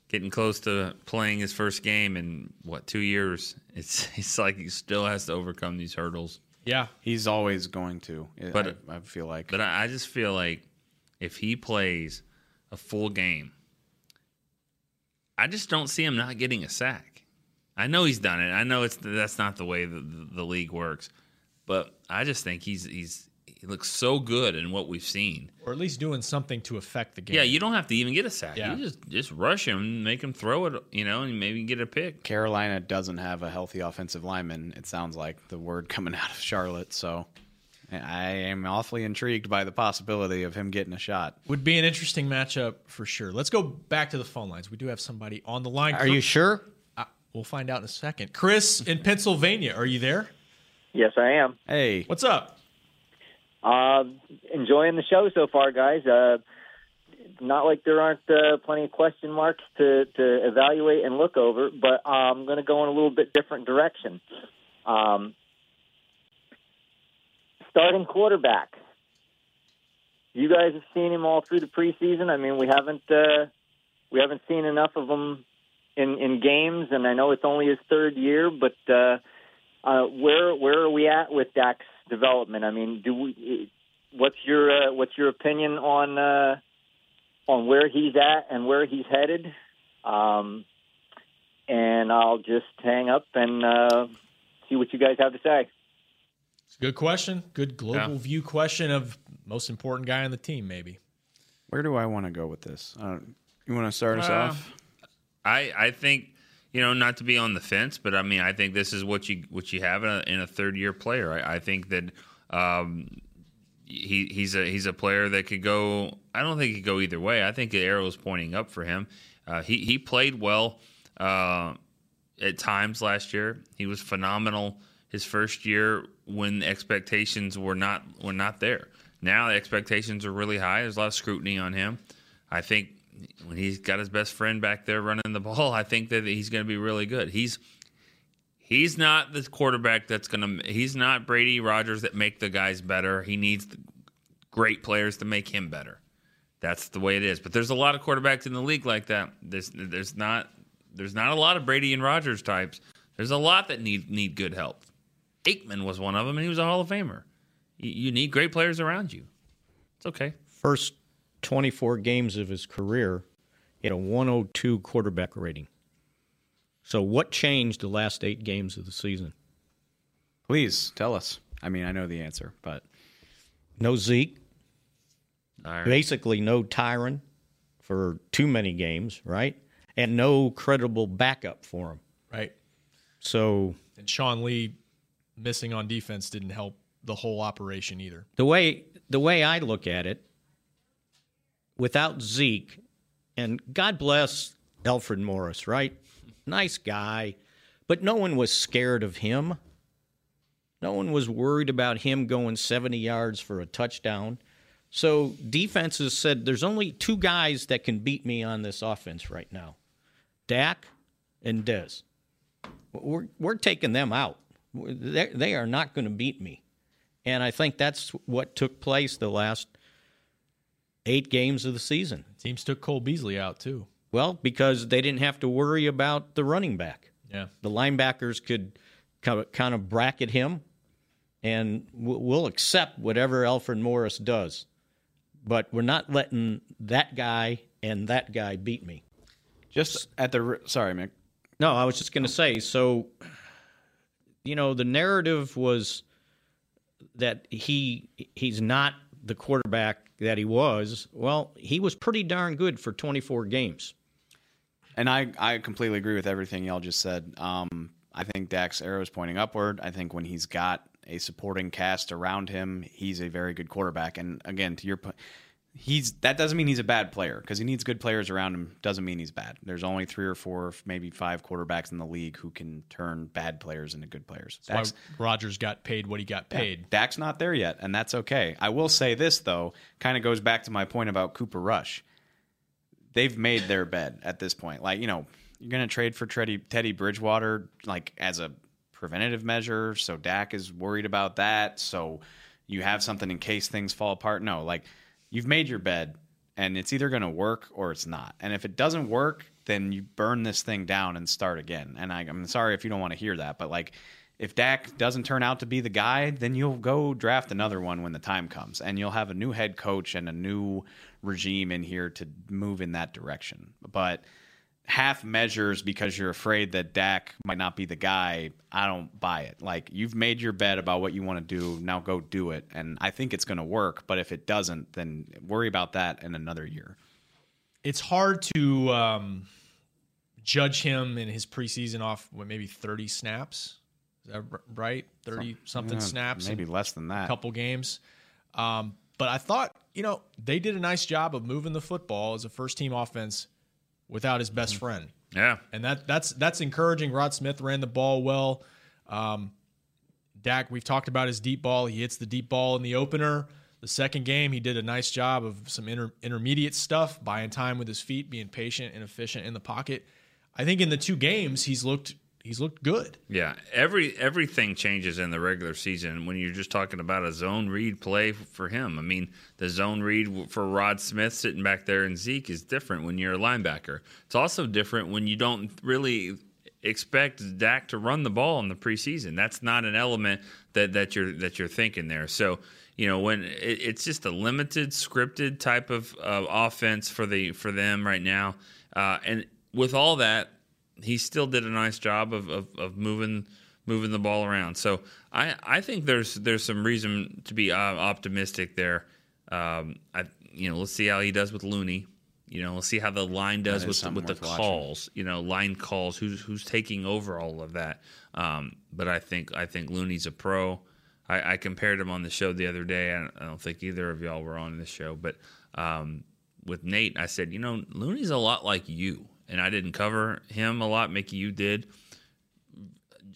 [SPEAKER 6] getting close to playing his first game in what two years. It's it's like he still has to overcome these hurdles.
[SPEAKER 2] Yeah,
[SPEAKER 3] he's always going to.
[SPEAKER 6] But-
[SPEAKER 3] But I, I feel like
[SPEAKER 6] But I, I just feel like if he plays a full game, I just don't see him not getting a sack. I know he's done it. I know it's that's not the way the, the, the league works, but I just think he's he's he looks so good in what we've seen.
[SPEAKER 2] or at least doing something to affect the game.
[SPEAKER 6] Yeah, you don't have to even get a sack.
[SPEAKER 2] Yeah.
[SPEAKER 6] You just just rush him, and make him throw it, you know, and maybe get a pick.
[SPEAKER 3] Carolina doesn't have a healthy offensive lineman. It sounds like the word coming out of Charlotte. So I am awfully intrigued by the possibility of him getting a shot.
[SPEAKER 2] Would be an interesting matchup for sure. Let's go back to the phone lines. We do have somebody on the line.
[SPEAKER 5] Are you sure?
[SPEAKER 2] Uh, we'll find out in a second. Chris in Pennsylvania, are you there?
[SPEAKER 16] Yes, I am.
[SPEAKER 3] Hey,
[SPEAKER 2] what's up?
[SPEAKER 16] Uh, enjoying the show so far, guys. Uh, not like there aren't uh, plenty of question marks to, to evaluate and look over, but I'm going to go in a little bit different direction. Um, starting quarterback. You guys have seen him all through the preseason. I mean, we haven't uh, we haven't seen enough of him in in games, and I know it's only his third year, but uh, uh, where where are we at with Dak's development? I mean, do we? What's your uh, what's your opinion on uh, on where he's at and where he's headed? Um, and I'll just hang up and uh, see what you guys have to say.
[SPEAKER 2] It's a good question. Good global view question of most important guy on the team, maybe.
[SPEAKER 3] Where do I want to go with this? I don't, you want to start us
[SPEAKER 6] Uh,
[SPEAKER 3] off?
[SPEAKER 6] I I think you know not to be on the fence, but I mean I think this is what you what you have in a, in a third year player. I, I think that um, he he's a he's a player that could go. I don't think he could go either way. I think the arrow's pointing up for him. Uh, he he played well uh, at times last year. He was phenomenal his first year when expectations were not were not there. Now the expectations are really high. There's a lot of scrutiny on him. I think when he's got his best friend back there running the ball, I think that he's going to be really good. He's he's not the quarterback that's going to. He's not Brady Rogers that make the guys better. He needs the great players to make him better. That's the way it is. But there's a lot of quarterbacks in the league like that. There's there's not there's not a lot of Brady and Rogers types. There's a lot that need need good help. Aikman was one of them, and he was a Hall of Famer. You, you need great players around you. It's okay.
[SPEAKER 5] first 24 games of his career he had a 102 quarterback rating so what changed the last eight games of the season
[SPEAKER 3] please tell us i mean i know the answer but
[SPEAKER 5] no zeke
[SPEAKER 6] Tyron.
[SPEAKER 5] basically no Tyron for too many games, right? And no credible backup for him.
[SPEAKER 2] Right.
[SPEAKER 5] So
[SPEAKER 2] And Sean Lee missing on defense didn't help the whole operation either.
[SPEAKER 5] the way the way I look at it, without Zeke, and God bless Alfred Morris, right? Nice guy, but no one was scared of him. No one was worried about him going 70 yards for a touchdown. So defenses said there's only two guys that can beat me on this offense right now. Dak and Dez. We're, we're taking them out. They, they are not going to beat me. And I think that's what took place the last eight games of the season.
[SPEAKER 2] Teams took Cole Beasley out too.
[SPEAKER 5] Well, because they didn't have to worry about the running back.
[SPEAKER 2] Yeah.
[SPEAKER 5] The linebackers could kind of, kind of bracket him, and w- we'll accept whatever Alfred Morris does. But we're not letting that guy and that guy beat me.
[SPEAKER 3] Just at the sorry, Mick.
[SPEAKER 5] No, I was just going to say. So, you know, the narrative was that he he's not the quarterback that he was. Well, he was pretty darn good for 24 games.
[SPEAKER 3] And I, I completely agree with everything y'all just said. Um, I think Dak's arrow is pointing upward. I think when he's got a supporting cast around him, he's a very good quarterback. And again, to your point, he's that doesn't mean he's a bad player because he needs good players around him. Doesn't mean he's bad. There's only three or four, maybe five quarterbacks in the league who can turn bad players into good players.
[SPEAKER 2] That's why Rodgers got paid what he got paid.
[SPEAKER 3] Yeah, Dak's not there yet, and that's okay. I will say this though, kind of goes back to my point about Cooper Rush. They've made their bed at this point. Like you know, you're going to trade for Teddy, Teddy Bridgewater like as a preventative measure. So Dak is worried about that. So you have something in case things fall apart. No, like you've made your bed and it's either going to work or it's not. And if it doesn't work, then you burn this thing down and start again. And I, I'm sorry if you don't want to hear that, but like if Dak doesn't turn out to be the guy, then you'll go draft another one when the time comes and you'll have a new head coach and a new regime in here to move in that direction. But half measures because you're afraid that Dak might not be the guy, I don't buy it. Like you've made your bet about what you want to do, now go do it. And I think it's going to work, but if it doesn't, then worry about that in another year.
[SPEAKER 2] It's hard to um, judge him in his preseason off what maybe 30 snaps. Is that r- right? 30 something
[SPEAKER 3] yeah,
[SPEAKER 2] snaps.
[SPEAKER 3] maybe
[SPEAKER 2] in
[SPEAKER 3] less than that.
[SPEAKER 2] A couple games. Um, but I thought, you know, they did a nice job of moving the football as a first team offense without his best
[SPEAKER 3] Mm-hmm.
[SPEAKER 2] friend.
[SPEAKER 6] Yeah.
[SPEAKER 2] And that that's that's encouraging. Rod Smith ran the ball well. Um, Dak, we've talked about his deep ball. He hits the deep ball in the opener. The second game, he did a nice job of some inter- intermediate stuff, buying time with his feet, being patient and efficient in the pocket. I think in the two games, he's looked he's looked good.
[SPEAKER 6] Yeah, every everything changes in the regular season when you're just talking about a zone read play for him. I mean, the zone read for Rod Smith sitting back there and Zeke is different when you're a linebacker. It's also different when you don't really expect Dak to run the ball in the preseason. That's not an element that that you're that you're thinking there. So you know when it, it's just a limited scripted type of uh, offense for the for them right now, uh, and with all that, he still did a nice job of, of, of moving moving the ball around. So I, I think there's there's some reason to be uh, optimistic there. Um, I you know let's see how he does with Looney. You know, we'll see how the line does
[SPEAKER 3] That is
[SPEAKER 6] with the,
[SPEAKER 3] something
[SPEAKER 6] with the
[SPEAKER 3] worth watching.
[SPEAKER 6] calls. You know, line calls. Who's who's taking over all of that? Um, but I think I think Looney's a pro. I, I compared him on the show the other day. I don't, I don't think either of y'all were on the show, but um, with Nate, I said, you know, Looney's a lot like you, and I didn't cover him a lot. Mickey, you did.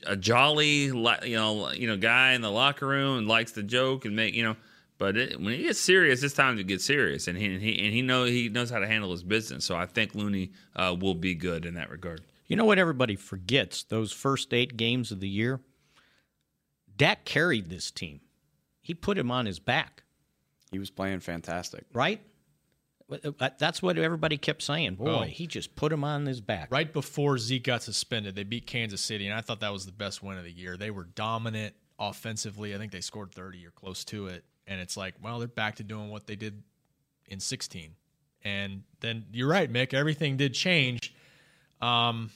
[SPEAKER 6] A jolly, li- you know, you know, guy in the locker room and likes to joke and make, you know. But it, when he gets serious, it's time to get serious, and he and he, and he know he knows how to handle his business. So I think Looney uh, will be good in that regard.
[SPEAKER 5] You know what everybody forgets? Those first eight games of the year, Dak carried this team. He put him on his back.
[SPEAKER 3] He was playing fantastic.
[SPEAKER 5] Right? But, uh, That's what everybody kept saying. Boy,
[SPEAKER 2] Oh.
[SPEAKER 5] he just put him on his back.
[SPEAKER 2] Right before Zeke got suspended, they beat Kansas City, and I thought that was the best win of the year. They were dominant offensively. I think they scored 30 or close to it. And it's like, well, they're back to doing what they did in 16. And then you're right, Mick. Everything did change. Um,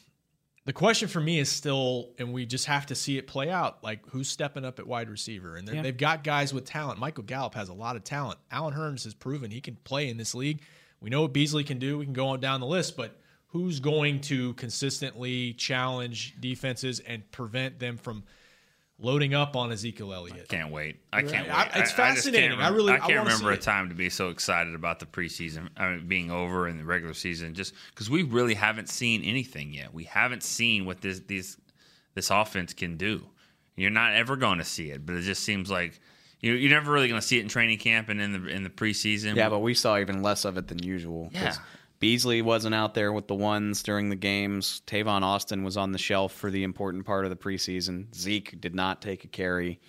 [SPEAKER 2] the question for me is still, and we just have to see it play out. Like, who's stepping up at wide receiver? And they're-
[SPEAKER 17] Yeah.
[SPEAKER 2] they've got guys with talent. Michael Gallup has a lot of talent. Alan Hearns has proven he can play in this league. We know what Beasley can do. We can go on down the list, but who's going to consistently challenge defenses and prevent them from loading up on Ezekiel Elliott?
[SPEAKER 6] Can't wait. I can't wait.
[SPEAKER 2] I- it's
[SPEAKER 6] I- I just
[SPEAKER 2] fascinating.
[SPEAKER 6] can't
[SPEAKER 2] I
[SPEAKER 6] remem-
[SPEAKER 2] really-
[SPEAKER 6] I
[SPEAKER 2] I
[SPEAKER 6] can't
[SPEAKER 2] wanna
[SPEAKER 6] remember
[SPEAKER 2] see
[SPEAKER 6] a
[SPEAKER 2] it.
[SPEAKER 6] time to be so excited about the preseason I mean, being over and the regular season, just because we really haven't seen anything yet. We haven't seen what this these this offense can do. You're not ever going to see it, but it just seems like you you're never really going to see it in training camp and in the in the preseason.
[SPEAKER 3] Yeah, but we saw even less of it than usual. 'cause
[SPEAKER 6] Yeah.
[SPEAKER 3] Beasley wasn't out there with the ones during the games. Tavon Austin was on the shelf for the important part of the preseason. Zeke did not take a carry,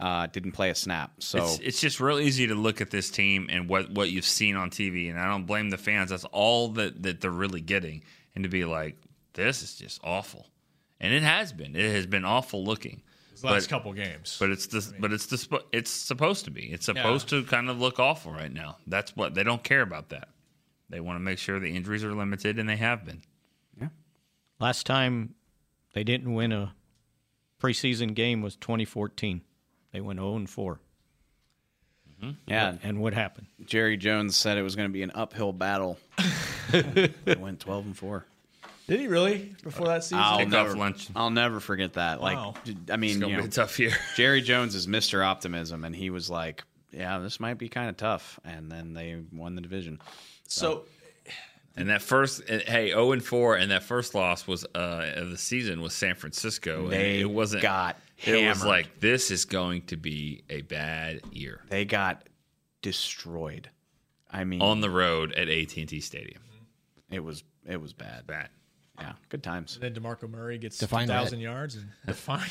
[SPEAKER 3] uh, didn't play a snap. So
[SPEAKER 6] it's, it's just real easy to look at this team and what, what you've seen on TV, and I don't blame the fans. That's all that, that they're really getting, and to be like, this is just awful, and it has been. It has been awful looking.
[SPEAKER 2] These last couple games.
[SPEAKER 6] but it's the but it's the spo- it's supposed to be. It's supposed to kind of look awful right now. That's what they don't care about. That they want to make sure the injuries are limited, and they have been.
[SPEAKER 5] Last time they didn't win a preseason game was 2014. They went 0 and 4.
[SPEAKER 3] Yeah.
[SPEAKER 5] And what happened?
[SPEAKER 3] Jerry Jones said it was going to be an uphill battle. it went 12 and 4.
[SPEAKER 2] Did he really before that season?
[SPEAKER 3] I'll
[SPEAKER 6] Kickoff
[SPEAKER 3] never,
[SPEAKER 6] lunch.
[SPEAKER 3] I'll never forget that.
[SPEAKER 2] Wow.
[SPEAKER 3] Like, d- I mean,
[SPEAKER 6] It's gonna
[SPEAKER 3] you
[SPEAKER 6] be
[SPEAKER 3] know,
[SPEAKER 6] a tough year.
[SPEAKER 3] Jerry Jones is Mr. Optimism, and he was like, yeah, this might be kind of tough. And then they won the division.
[SPEAKER 2] So,
[SPEAKER 6] And that first, and, hey, zero and four, and that first loss was uh, of the season was San Francisco.
[SPEAKER 3] They
[SPEAKER 6] and it wasn't
[SPEAKER 3] got
[SPEAKER 6] It was
[SPEAKER 3] hammered.
[SPEAKER 6] like this is going to be a bad year.
[SPEAKER 3] They got destroyed. I mean,
[SPEAKER 6] on the road at AT and T Stadium.
[SPEAKER 3] It was it was bad.
[SPEAKER 6] Bad.
[SPEAKER 3] Yeah, good times.
[SPEAKER 2] And then DeMarco Murray gets
[SPEAKER 3] Define
[SPEAKER 2] 2,000
[SPEAKER 3] red.
[SPEAKER 2] yards and defined.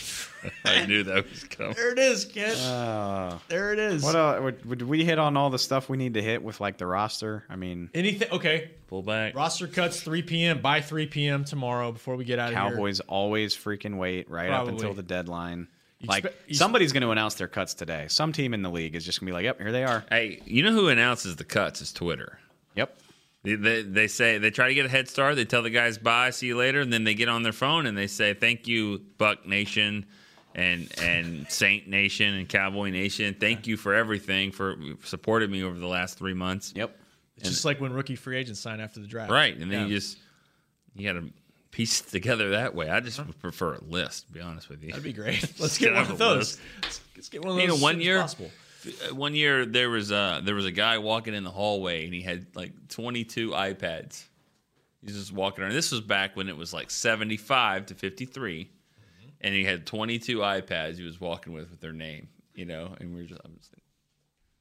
[SPEAKER 6] I knew that was coming.
[SPEAKER 2] there it is, kid.
[SPEAKER 3] Uh,
[SPEAKER 2] there it is.
[SPEAKER 3] What uh, would, would we hit on all the stuff we need to hit with like the roster? I mean,
[SPEAKER 2] Anything? Okay.
[SPEAKER 6] Pull back.
[SPEAKER 2] Roster cuts 3 p.m. by 3 p.m. tomorrow before we get out of here.
[SPEAKER 3] Cowboys always freaking wait right
[SPEAKER 2] Probably.
[SPEAKER 3] up until the deadline.
[SPEAKER 2] You
[SPEAKER 3] Like
[SPEAKER 2] expect- you-
[SPEAKER 3] somebody's going to announce their cuts today. Some team in the league is just going to be like, "Yep, here they are."
[SPEAKER 6] Hey, you know who announces the cuts is Twitter.
[SPEAKER 3] Yep.
[SPEAKER 6] They, they, they say they try to get a head start. They tell the guys bye, see you later, and then they get on their phone and they say thank you, Buck Nation, and and Saint Nation and Cowboy Nation. Thank you for everything for supported me over the last three months.
[SPEAKER 3] Yep.
[SPEAKER 2] It's just like when rookie free agents sign after the draft.
[SPEAKER 6] Right, and then
[SPEAKER 2] Yeah.
[SPEAKER 6] you just you got to piece it together that way. I just would prefer a list. To be honest with you,
[SPEAKER 2] That'd be great.
[SPEAKER 6] Just
[SPEAKER 2] Let's get one
[SPEAKER 6] have
[SPEAKER 2] of
[SPEAKER 6] a
[SPEAKER 2] those.
[SPEAKER 6] list.
[SPEAKER 2] Let's, let's get one of those.
[SPEAKER 6] You know,
[SPEAKER 2] as
[SPEAKER 6] one
[SPEAKER 2] soon as
[SPEAKER 6] year-
[SPEAKER 2] possible.
[SPEAKER 6] Uh, One year there was a there was a guy walking in the hallway and he had like 22 iPads. He's just walking around. This was back when it was like 75 to 53,
[SPEAKER 2] Mm-hmm.
[SPEAKER 6] and he had 22 iPads. He was walking with with their name, you know. And we are just, I'm just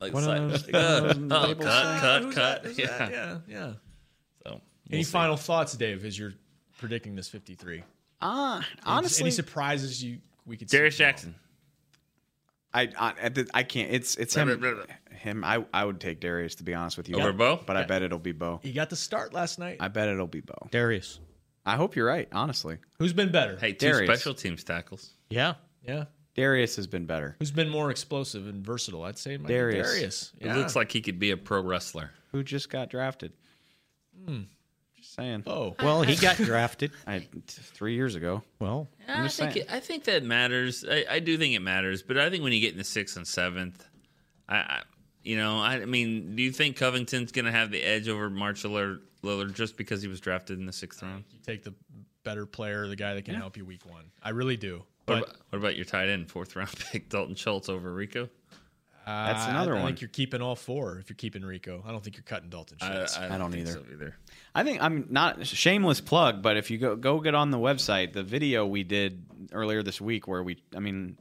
[SPEAKER 6] like,
[SPEAKER 2] What
[SPEAKER 6] like,
[SPEAKER 2] are those-
[SPEAKER 6] like, uh,
[SPEAKER 2] what are those
[SPEAKER 6] oh, cut,
[SPEAKER 2] labels saying?
[SPEAKER 6] cut,
[SPEAKER 2] Who's
[SPEAKER 6] cut,
[SPEAKER 2] that? Who's
[SPEAKER 6] yeah.
[SPEAKER 2] that? Yeah, yeah.
[SPEAKER 6] So we'll
[SPEAKER 2] any
[SPEAKER 6] see.
[SPEAKER 2] final thoughts, Dave, as you're predicting this 53?
[SPEAKER 3] Ah,
[SPEAKER 2] Any
[SPEAKER 3] honestly-
[SPEAKER 2] surprises you we could
[SPEAKER 6] Darius
[SPEAKER 2] see?
[SPEAKER 6] Jackson.
[SPEAKER 3] I I, I did- I can't. It's it's
[SPEAKER 6] Blah,
[SPEAKER 3] him.
[SPEAKER 6] blah, blah,
[SPEAKER 3] Him. I I would take Darius to be honest with you.
[SPEAKER 6] Over Bo?
[SPEAKER 3] but I bet it'll be Bo.
[SPEAKER 2] He got the start last night.
[SPEAKER 3] I bet it'll be Bo.
[SPEAKER 5] Darius.
[SPEAKER 3] I hope you're right. Honestly,
[SPEAKER 2] Who's been better?
[SPEAKER 6] Hey, two
[SPEAKER 3] Darius.
[SPEAKER 6] special teams tackles.
[SPEAKER 5] Yeah.
[SPEAKER 2] Yeah.
[SPEAKER 3] Darius has been better.
[SPEAKER 2] Who's been more explosive and versatile? I'd say it might be
[SPEAKER 3] Darius.
[SPEAKER 2] Darius.
[SPEAKER 6] It looks like he could be a pro wrestler.
[SPEAKER 3] Who just got drafted? Just saying.
[SPEAKER 2] Oh,
[SPEAKER 5] Well, he got drafted.
[SPEAKER 3] I, t- three years ago.
[SPEAKER 5] Well,
[SPEAKER 3] I'm
[SPEAKER 6] I
[SPEAKER 3] just
[SPEAKER 6] think
[SPEAKER 3] saying.
[SPEAKER 6] it, I think that matters. I, I do think it matters, but I think when you get in the sixth and seventh, I, I you know, I, I mean, do you think Covington's going to have the edge over Marshall Lillard, Lillard just because he was drafted in the sixth round?
[SPEAKER 2] You take the better player, the guy that can
[SPEAKER 6] Yeah.
[SPEAKER 2] help you week one. I really do.
[SPEAKER 6] What
[SPEAKER 2] But
[SPEAKER 6] about, what about your tight end fourth round pick Dalton Schultz over Rico?
[SPEAKER 2] uh,
[SPEAKER 3] That's another
[SPEAKER 2] I, I
[SPEAKER 3] one.
[SPEAKER 2] think you're keeping all four if you're keeping Rico. I don't think you're cutting Dalton Schultz.
[SPEAKER 3] I don't
[SPEAKER 6] think
[SPEAKER 3] either.
[SPEAKER 6] so either.
[SPEAKER 3] I think I'm not shameless plug, but if you go go get on the website, the video we did earlier this week where we, I mean,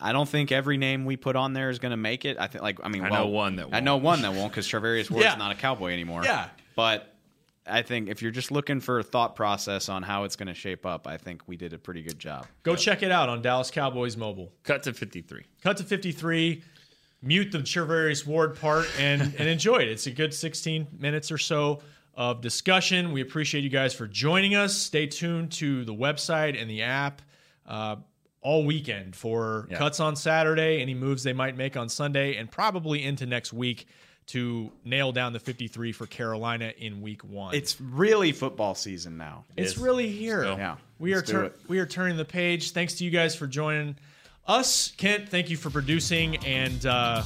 [SPEAKER 3] I don't think every name we put on there is going to make it. I think like I mean,
[SPEAKER 6] I
[SPEAKER 3] well,
[SPEAKER 6] know one that
[SPEAKER 3] I know one that won't because Travarius Ward's
[SPEAKER 2] Yeah.
[SPEAKER 3] not a cowboy anymore.
[SPEAKER 2] Yeah.
[SPEAKER 3] but I think if you're just looking for a thought process on how it's going to shape up, I think we did a pretty good job.
[SPEAKER 2] Go check it out on Dallas Cowboys Mobile.
[SPEAKER 6] Cut to fifty three.
[SPEAKER 2] Cut to 53. Mute the Treverius Ward part and, and enjoy it. It's a good 16 minutes or so of discussion. We appreciate you guys for joining us. Stay tuned to the website and the app uh, all weekend for
[SPEAKER 6] Yeah.
[SPEAKER 2] cuts on Saturday, any moves they might make on Sunday, and probably into next week to nail down the 53 for Carolina in week one.
[SPEAKER 3] It's really football season now.
[SPEAKER 2] It's really here.
[SPEAKER 3] Yeah,
[SPEAKER 2] We
[SPEAKER 3] let's
[SPEAKER 2] are
[SPEAKER 3] do
[SPEAKER 2] tur-
[SPEAKER 3] it.
[SPEAKER 2] we are turning the page. Thanks to you guys for joining us, Kent. Thank you for producing, and uh,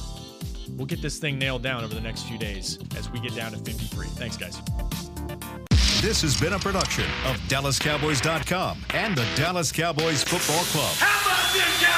[SPEAKER 2] we'll get this thing nailed down over the next few days as we get down to 53. Thanks, guys.
[SPEAKER 1] This has been a production of DallasCowboys.com and the Dallas Cowboys Football Club.
[SPEAKER 17] How about this, guys?